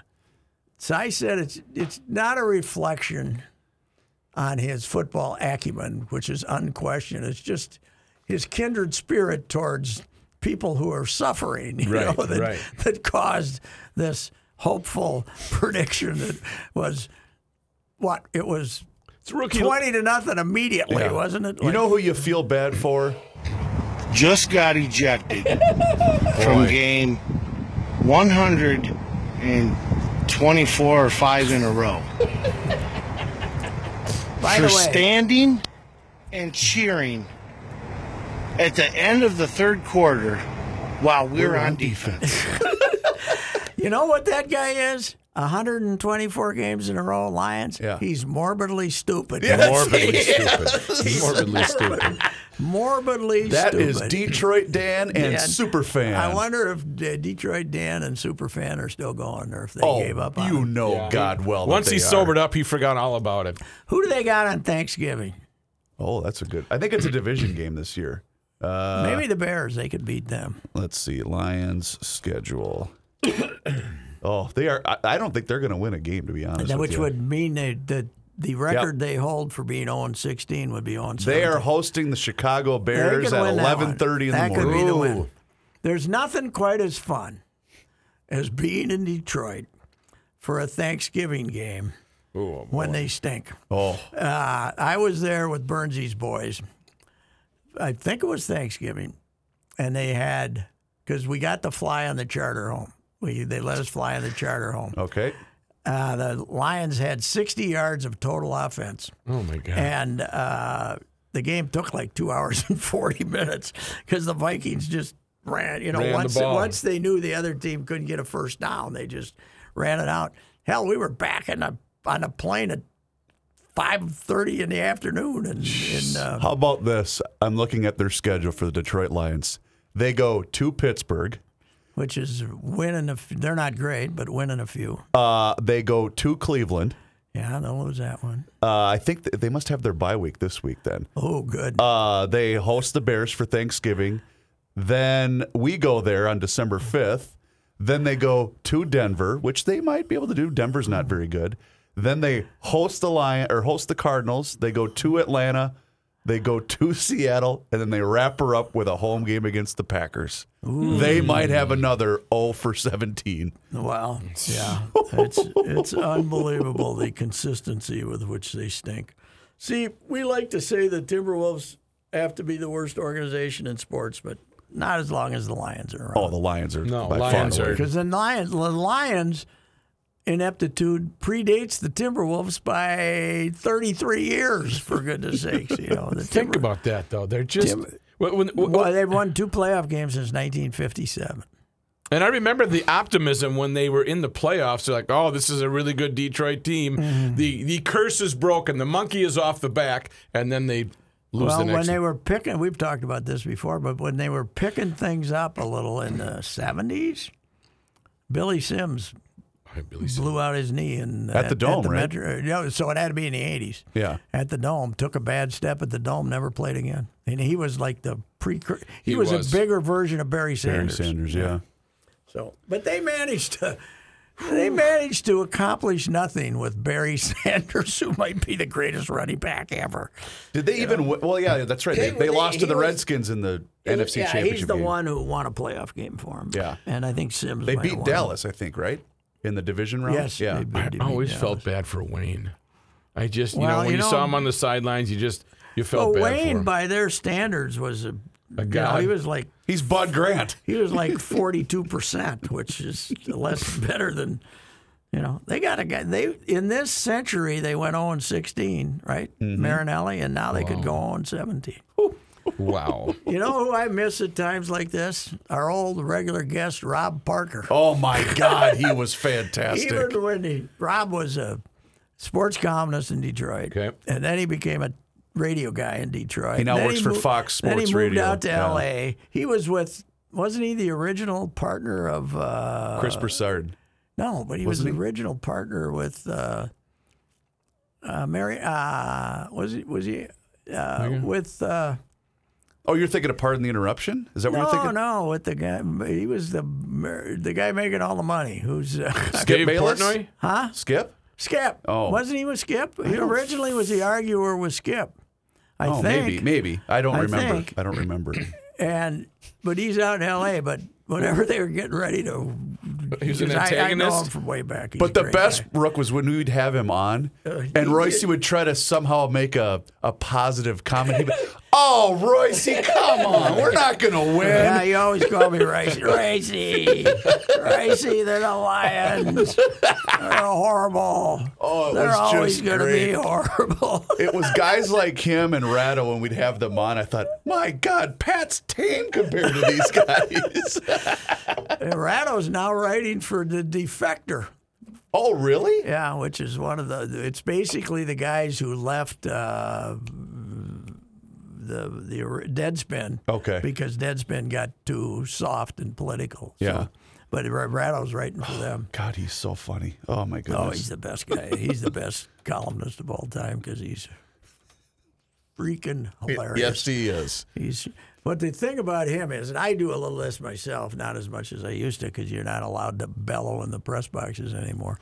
[SPEAKER 2] so I said it's it's not a reflection on his football acumen, which is unquestioned. It's just his kindred spirit towards people who are suffering, you
[SPEAKER 3] Right,
[SPEAKER 2] know, that,
[SPEAKER 3] right.
[SPEAKER 2] that caused this hopeful prediction that was what it was
[SPEAKER 3] It's rookie.
[SPEAKER 2] twenty to nothing immediately,
[SPEAKER 1] Yeah.
[SPEAKER 2] wasn't it?
[SPEAKER 1] You
[SPEAKER 2] Like-
[SPEAKER 1] know who you feel bad for?
[SPEAKER 6] just got ejected from game 124 or 5 in a row
[SPEAKER 2] by
[SPEAKER 6] for
[SPEAKER 2] the way,
[SPEAKER 6] standing and cheering at the end of the third quarter while we're, on defense.
[SPEAKER 2] You know what that guy is? 124 games in a row, Lions.
[SPEAKER 1] Yeah.
[SPEAKER 2] He's morbidly stupid.
[SPEAKER 3] Morbidly stupid. Morbidly stupid.
[SPEAKER 2] Morbidly
[SPEAKER 1] That
[SPEAKER 2] stupid.
[SPEAKER 1] is Detroit Dan and
[SPEAKER 2] Dan.
[SPEAKER 1] Superfan.
[SPEAKER 2] I wonder if uh, Detroit Dan and Superfan are still going or if they
[SPEAKER 1] oh,
[SPEAKER 2] gave up on
[SPEAKER 1] you
[SPEAKER 2] him.
[SPEAKER 1] know God well.
[SPEAKER 3] Once
[SPEAKER 1] that
[SPEAKER 3] he
[SPEAKER 1] they
[SPEAKER 3] sobered
[SPEAKER 1] are.
[SPEAKER 3] up, he forgot all about it.
[SPEAKER 2] Who do they got on Thanksgiving?
[SPEAKER 1] Oh, that's a good. I think it's a division game this year. Uh,
[SPEAKER 2] Maybe the Bears. They could beat them.
[SPEAKER 1] let's see. Lions schedule. oh, they are. I, I don't think they're going to win a game to be honest.
[SPEAKER 2] That-
[SPEAKER 1] with
[SPEAKER 2] which
[SPEAKER 1] you.
[SPEAKER 2] would mean they, that the record they hold for being 0 16 would be 0
[SPEAKER 1] They are hosting the Chicago Bears at eleven thirty in the
[SPEAKER 2] That
[SPEAKER 1] morning.
[SPEAKER 2] could be the
[SPEAKER 3] Ooh.
[SPEAKER 2] win. There's nothing quite as fun as being in Detroit for a Thanksgiving game when they stink.
[SPEAKER 1] Oh,
[SPEAKER 2] Uh, I was there with Burnsy's boys. I think it was Thanksgiving, and they had because we got to fly on the charter home. We they let us fly on the charter home.
[SPEAKER 1] okay.
[SPEAKER 2] Uh, the Lions had 60 yards of total offense
[SPEAKER 3] Oh, my God.
[SPEAKER 2] and uh, the game took like two hours and forty minutes because the Vikings just ran. You know,
[SPEAKER 3] Ran the
[SPEAKER 2] once
[SPEAKER 3] ball.
[SPEAKER 2] once they knew the other team couldn't get a first down, they just ran it out. Hell, we were back in the, on a plane at five thirty in the afternoon, and, and uh,
[SPEAKER 1] How about this? I'm looking at their schedule for the Detroit Lions. They go to Pittsburgh.
[SPEAKER 2] which is winning. A f- they're not great, but winning a few.
[SPEAKER 1] Uh, they go to Cleveland.
[SPEAKER 2] Yeah, they'll lose that one.
[SPEAKER 1] Uh, I think th- they must have their bye week this week then.
[SPEAKER 2] Oh, good.
[SPEAKER 1] Uh, they host the Bears for Thanksgiving. Then we go there on December 5th. Then they go to Denver, which they might be able to do. Denver's not very good. Then they host the Lion or host the Cardinals. They go to Atlanta. They go to Seattle, and then they wrap her up with a home game against the Packers. They might have another 0 for 17.
[SPEAKER 2] Well, yeah, it's it's unbelievable the consistency with which they stink. See, we like to say the Timberwolves have to be the worst organization in sports, but not as long as the Lions are
[SPEAKER 1] Oh,
[SPEAKER 2] around.
[SPEAKER 1] the Lions are
[SPEAKER 3] No,
[SPEAKER 1] by
[SPEAKER 3] Lions
[SPEAKER 1] far the
[SPEAKER 3] are-
[SPEAKER 1] worst.
[SPEAKER 2] Because the Lions, the Lions ineptitude predates the Timberwolves by 33 years. For goodness sakes, you know the
[SPEAKER 3] Think
[SPEAKER 2] Timber-
[SPEAKER 3] about that, though. They're just.
[SPEAKER 2] Tim-
[SPEAKER 3] When- when- when-
[SPEAKER 2] Well, they've won two playoff games since 1957.
[SPEAKER 3] and I remember the optimism when they were in the playoffs. They're like, oh, this is a really good Detroit team.
[SPEAKER 2] Mm-hmm.
[SPEAKER 3] The the curse is broken. The monkey is off the back. And then they lose
[SPEAKER 2] well,
[SPEAKER 3] the next
[SPEAKER 2] when they were picking, we've talked about this before, but when they were picking things up a little in the 70s, Billy Sims
[SPEAKER 3] Billy
[SPEAKER 2] blew out his knee in, uh,
[SPEAKER 1] At the Dome, right?
[SPEAKER 2] Metro- no, so it had to be in the 80s.
[SPEAKER 1] Yeah.
[SPEAKER 2] At the Dome, took a bad step at the Dome, never played again. And he was like the pre he,
[SPEAKER 3] He
[SPEAKER 2] was,
[SPEAKER 3] was.
[SPEAKER 2] a bigger version of
[SPEAKER 1] Barry
[SPEAKER 2] Barry Sanders.
[SPEAKER 1] Sanders, yeah.
[SPEAKER 2] So, but they managed to They managed to accomplish nothing with Barry Sanders, who might be the greatest running back ever.
[SPEAKER 1] Did they even? win- Well, yeah, that's right. They,
[SPEAKER 2] They-
[SPEAKER 1] they lost to
[SPEAKER 2] he
[SPEAKER 1] the
[SPEAKER 2] was-
[SPEAKER 1] Redskins in the NFC
[SPEAKER 2] yeah,
[SPEAKER 1] Championship
[SPEAKER 2] he's the
[SPEAKER 1] game.
[SPEAKER 2] one who won a playoff game for him.
[SPEAKER 1] Yeah.
[SPEAKER 2] and I think Sims.
[SPEAKER 1] They
[SPEAKER 2] might have
[SPEAKER 1] beat
[SPEAKER 2] won.
[SPEAKER 1] Dallas, I think, right? In the division round.
[SPEAKER 2] Yes,
[SPEAKER 1] Yeah.
[SPEAKER 2] they- they
[SPEAKER 3] I
[SPEAKER 2] beat
[SPEAKER 3] always
[SPEAKER 2] Dallas.
[SPEAKER 3] felt bad for Wayne. I just, you
[SPEAKER 2] Well,
[SPEAKER 3] know, when
[SPEAKER 2] you
[SPEAKER 3] you,
[SPEAKER 2] know-
[SPEAKER 3] saw him on the sidelines, you just you felt
[SPEAKER 2] Well,
[SPEAKER 3] bad for
[SPEAKER 2] Wayne,
[SPEAKER 3] him.
[SPEAKER 2] by their standards, was a, you know,
[SPEAKER 3] god.
[SPEAKER 2] he was like
[SPEAKER 1] He's Bud Grant.
[SPEAKER 2] he was like forty two percent, which is less better than you know. They got a guy. They in this century they went 0 and sixteen, right?
[SPEAKER 1] Mm-hmm.
[SPEAKER 2] Marinelli, and now they could go 0 and seventeen.
[SPEAKER 3] wow.
[SPEAKER 2] You know who I miss at times like this? Our old regular guest, Rob Parker.
[SPEAKER 1] Oh my God, he was fantastic.
[SPEAKER 2] Even when he, Rob was a sports columnist in Detroit,
[SPEAKER 3] Okay.
[SPEAKER 2] and then he became a radio guy in Detroit.
[SPEAKER 1] He now
[SPEAKER 2] Then
[SPEAKER 1] works for
[SPEAKER 2] mo-
[SPEAKER 1] Fox
[SPEAKER 2] Then he
[SPEAKER 1] Sports
[SPEAKER 2] moved
[SPEAKER 1] Radio.
[SPEAKER 2] out to
[SPEAKER 1] Yeah.
[SPEAKER 2] L.A. He was with, wasn't he the original partner of? Uh,
[SPEAKER 1] Chris Broussard.
[SPEAKER 2] no, but he was the original partner with uh, uh, Mary. Uh, was he? Was he? Uh, with uh,
[SPEAKER 1] Oh, you're thinking of Pardon the Interruption? Is that what
[SPEAKER 2] no,
[SPEAKER 1] you're thinking?
[SPEAKER 2] no, with the guy. He was the the guy making all the money. Who's uh,
[SPEAKER 3] Dave
[SPEAKER 1] Bayless?
[SPEAKER 3] Portnoy?
[SPEAKER 2] huh?
[SPEAKER 1] Skip?
[SPEAKER 2] Skip.
[SPEAKER 1] Oh.
[SPEAKER 2] Wasn't he with Skip? He
[SPEAKER 1] don't-
[SPEAKER 2] originally was the arguer with Skip. I
[SPEAKER 1] Oh,
[SPEAKER 2] think.
[SPEAKER 1] maybe, maybe. I don't
[SPEAKER 2] I
[SPEAKER 1] remember.
[SPEAKER 2] think.
[SPEAKER 1] I don't remember.
[SPEAKER 2] And but he's out in L.A. But whenever they were getting ready to,
[SPEAKER 3] He was
[SPEAKER 2] because I, I
[SPEAKER 3] an
[SPEAKER 2] know him
[SPEAKER 3] antagonist.
[SPEAKER 2] from way back. He's a
[SPEAKER 1] But the
[SPEAKER 2] great
[SPEAKER 1] best
[SPEAKER 2] guy. Uh,
[SPEAKER 1] Rook was when we'd have him on, and Royce would try to somehow make a, a positive comment. He'd be, "Oh, Royce, come on, we're not gonna win."
[SPEAKER 2] Yeah, you always call me Ricey. Ricey. Ricey, they're the Lions. They're horrible.
[SPEAKER 1] Oh, it
[SPEAKER 2] they're
[SPEAKER 1] was
[SPEAKER 2] always
[SPEAKER 1] just
[SPEAKER 2] gonna be
[SPEAKER 1] great.
[SPEAKER 2] horrible.
[SPEAKER 1] It was guys like him and Ratto when we'd have them on. I thought, my God, Pat's tame compared to these guys.
[SPEAKER 2] And Ratto's now writing for the Defector.
[SPEAKER 1] oh, really?
[SPEAKER 2] Yeah, which is one of the. It's basically the guys who left uh, the the or- Deadspin.
[SPEAKER 1] Okay.
[SPEAKER 2] Because Deadspin got too soft and political. So-
[SPEAKER 1] Yeah.
[SPEAKER 2] But Ra- Ratto's writing for them.
[SPEAKER 1] God, he's so funny. Oh my
[SPEAKER 2] Oh,
[SPEAKER 1] goodness.
[SPEAKER 2] he's the best guy. He's the best columnist of all time because he's freaking Oh, hilarious.
[SPEAKER 1] yes, he is.
[SPEAKER 2] He's. But the thing about him is, and I do a little of this myself, not as much as I used to, because you're not allowed to bellow in the press boxes anymore.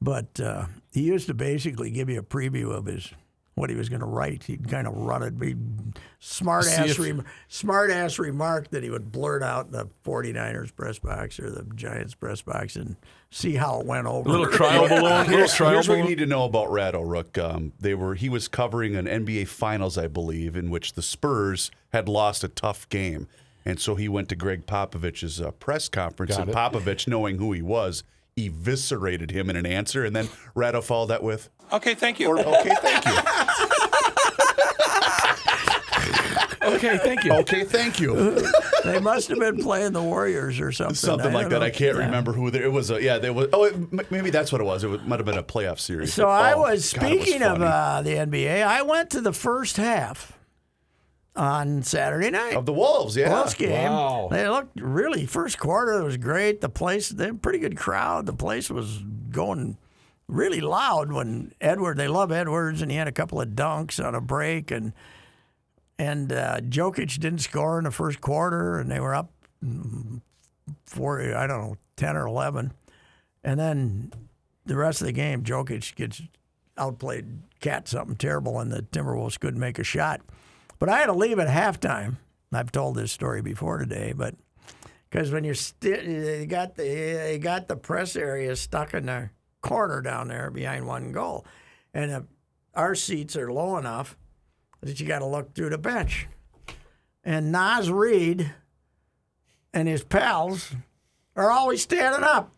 [SPEAKER 2] But uh, he used to basically give you a preview of his what he was going to write. He'd kind of run it, be smart ass,
[SPEAKER 3] if-
[SPEAKER 2] rem smart ass remark that he would blurt out in the 49ers press box or the Giants press box, and see how it went over.
[SPEAKER 3] Little trial balloon. Little
[SPEAKER 1] Here's,
[SPEAKER 3] trial
[SPEAKER 1] here's what you
[SPEAKER 3] balloon.
[SPEAKER 1] need to know about Ratto Rook. Um, they were he was covering an NBA Finals, I believe, in which the Spurs had lost a tough game, and so he went to Greg Popovich's uh, press conference, and Popovich, knowing who he was, eviscerated him in an answer, and then Ratto followed that with,
[SPEAKER 7] Okay, thank you.
[SPEAKER 1] "Okay, thank you."
[SPEAKER 3] Okay, thank
[SPEAKER 2] Oh.
[SPEAKER 3] you.
[SPEAKER 1] Okay, thank you.
[SPEAKER 2] They must have been playing the Warriors or something.
[SPEAKER 1] Something like that.
[SPEAKER 2] don't know.
[SPEAKER 1] I can't
[SPEAKER 2] Yeah.
[SPEAKER 1] remember who there, it was. A, yeah, there was. Oh, it, m- maybe that's what it was. It was, might have been a playoff series.
[SPEAKER 2] So I
[SPEAKER 1] Oh,
[SPEAKER 2] was
[SPEAKER 1] God, it was
[SPEAKER 2] speaking of
[SPEAKER 1] funny.
[SPEAKER 2] uh, the NBA. I went to the first half on Saturday night.
[SPEAKER 1] of the Wolves. Oh, Yeah,
[SPEAKER 2] Wolves game.
[SPEAKER 3] Wow.
[SPEAKER 2] They looked really first quarter was great. The place, they had a pretty good crowd. The place was going really loud when Edward. They love Edwards, and he had a couple of dunks on a break, and and uh, Jokic didn't score in the first quarter, and they were up mm, four. I don't know, ten or eleven, and then the rest of the game, Jokic gets outplayed, cat something terrible, and the Timberwolves couldn't make a shot. But I had to leave at halftime. I've told this story before today, but because when you're sti- they got the they got the press area stuck in the corner down there behind one goal, and uh, our seats are low enough that you got to look through the bench, and Nas Reed and his pals are always standing up.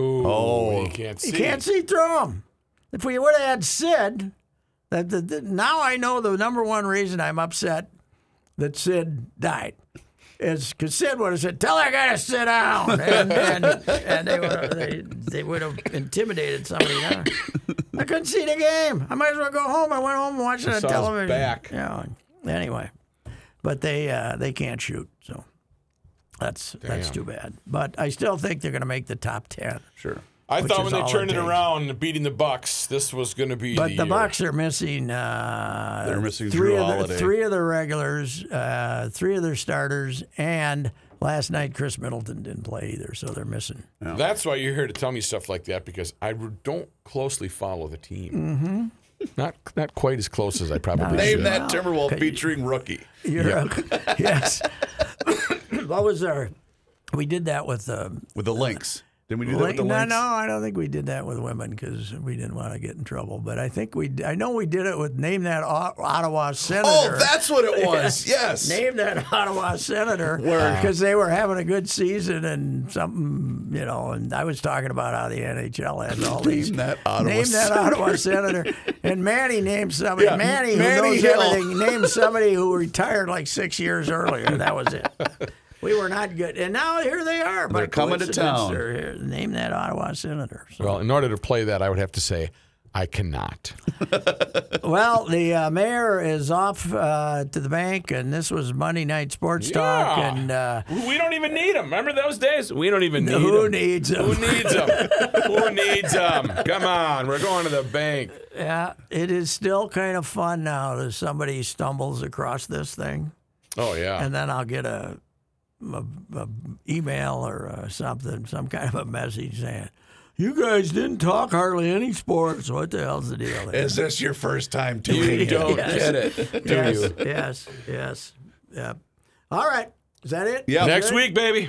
[SPEAKER 3] oh, you can't see.
[SPEAKER 2] You can't see through them. If we would have had Sid, that the, the- now I know the number one reason I'm upset that Sid died is because Sid would have said, "Tell that guy to sit down," and, and, and they would have, they, they would have intimidated somebody. There. I couldn't see the game. I might as well go home. I went home and watched it on
[SPEAKER 3] saw his
[SPEAKER 2] television.
[SPEAKER 3] back.
[SPEAKER 2] Yeah. Anyway, but they uh, they can't shoot, so that's that's too bad. But I still think they're going to make the top ten.
[SPEAKER 1] Sure.
[SPEAKER 3] I
[SPEAKER 4] which
[SPEAKER 3] thought
[SPEAKER 4] is
[SPEAKER 3] when they
[SPEAKER 4] all
[SPEAKER 3] turned it
[SPEAKER 4] takes.
[SPEAKER 3] around, beating the Bucks, this was going to be.
[SPEAKER 2] But
[SPEAKER 3] the,
[SPEAKER 2] the
[SPEAKER 3] year.
[SPEAKER 2] Bucks are missing. Uh,
[SPEAKER 1] They're missing
[SPEAKER 2] three
[SPEAKER 1] Drew
[SPEAKER 2] of their,
[SPEAKER 1] Holiday.
[SPEAKER 2] Three of their regulars, uh, three of their starters, and last night Chris Middleton didn't play either, so they're missing.
[SPEAKER 1] Uh,
[SPEAKER 3] That's why you're here to tell me stuff like that because I re- don't closely follow the team. Mm-hmm. Not not quite as close as I probably
[SPEAKER 1] Name
[SPEAKER 3] should.
[SPEAKER 1] that Timberwolf featuring rookie.
[SPEAKER 2] You're yes. what was our? We did that with. Um,
[SPEAKER 1] With the links. Didn't we do that
[SPEAKER 2] Link-
[SPEAKER 1] with the
[SPEAKER 2] no,
[SPEAKER 1] links?
[SPEAKER 2] no, I don't think we did that with women because we didn't want to get in trouble. But I think we, I know we did it with name that O- Ottawa senator.
[SPEAKER 1] Oh, that's what it was. Yes.
[SPEAKER 2] Name that Ottawa senator because they were having a good season and something, you know. And I was talking about how the NHL has all these.
[SPEAKER 1] Name that Ottawa
[SPEAKER 2] Name that
[SPEAKER 1] senator.
[SPEAKER 2] Ottawa senator. And Manny named somebody.
[SPEAKER 1] Yeah,
[SPEAKER 2] Manny, who
[SPEAKER 1] Manny
[SPEAKER 2] knows
[SPEAKER 1] Hill.
[SPEAKER 2] everything, named somebody who retired like six years earlier. That was it. We were not good, and now here they are. by
[SPEAKER 1] They're coming to
[SPEAKER 2] coincidence.
[SPEAKER 1] town.
[SPEAKER 2] They're here. Name that Ottawa senator. So-
[SPEAKER 3] Well, in order to play that, I would have to say I cannot.
[SPEAKER 2] Well, the uh, mayor is off uh, to the bank, and this was Monday Night Sports Talk.
[SPEAKER 3] Yeah.
[SPEAKER 2] And uh,
[SPEAKER 3] We don't even need them. Remember those days? We don't even need
[SPEAKER 2] who
[SPEAKER 3] them.
[SPEAKER 2] needs him?
[SPEAKER 3] Who needs them? Who needs them? Come on, we're going to the bank.
[SPEAKER 2] Yeah, it is still kind of fun now that somebody stumbles across this thing,
[SPEAKER 3] Oh yeah.
[SPEAKER 2] and then I'll get a, a, a email or uh something, some kind of a message saying, "You guys didn't talk hardly any sports. What the hell's the deal?" Here?
[SPEAKER 1] Is this your first time tuning
[SPEAKER 3] You
[SPEAKER 1] in?
[SPEAKER 3] don't
[SPEAKER 2] Yes.
[SPEAKER 3] get it, do
[SPEAKER 2] yes,
[SPEAKER 3] you?
[SPEAKER 2] yes, yes, yeah. All right, is that it?
[SPEAKER 1] Yeah.
[SPEAKER 3] Next week, baby.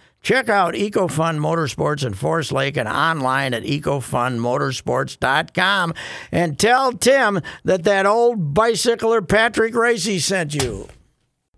[SPEAKER 2] Check out EcoFun Motorsports in Forest Lake and online at EcoFunMotorsports.com and tell Tim that that old bicycler Patrick Racy sent you.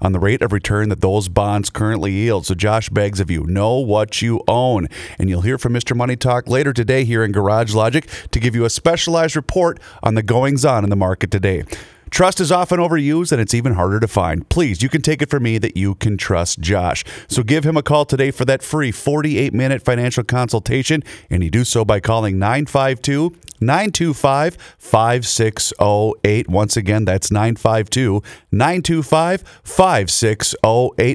[SPEAKER 1] on the rate of return that those bonds currently yield. So Josh begs of you, know what you own. And you'll hear from Mr. Money Talk later today here in Garage Logic to give you a specialized report on the goings on in the market today. Trust is often overused and it's even harder to find. Please, you can take it from me that you can trust Josh. So give him a call today for that free 48 minute financial consultation, and you do so by calling 952 925 5608. Once again, that's 952 925 5608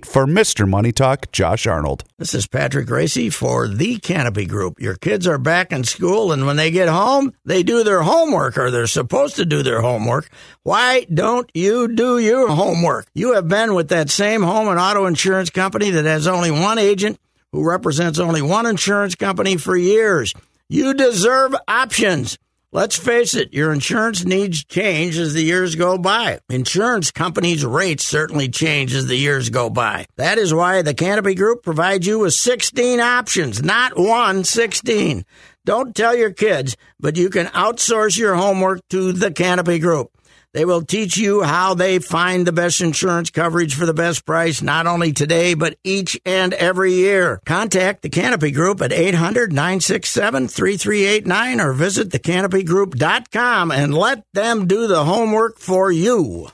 [SPEAKER 1] for Mr. Money Talk, Josh Arnold.
[SPEAKER 2] This is Patrick Racy for The Canopy Group. Your kids are back in school, and when they get home, they do their homework, or they're supposed to do their homework. Why don't you do your homework? You have been with that same home and auto insurance company that has only one agent who represents only one insurance company for years. You deserve options. Let's face it, your insurance needs change as the years go by. Insurance companies' rates certainly change as the years go by. That is why the Canopy Group provides you with 16 options, not one, 16. Don't tell your kids, but you can outsource your homework to the Canopy Group. They will teach you how they find the best insurance coverage for the best price, not only today, but each and every year. Contact the Canopy Group at 800 967 3389 or visit thecanopygroup.com and let them do the homework for you.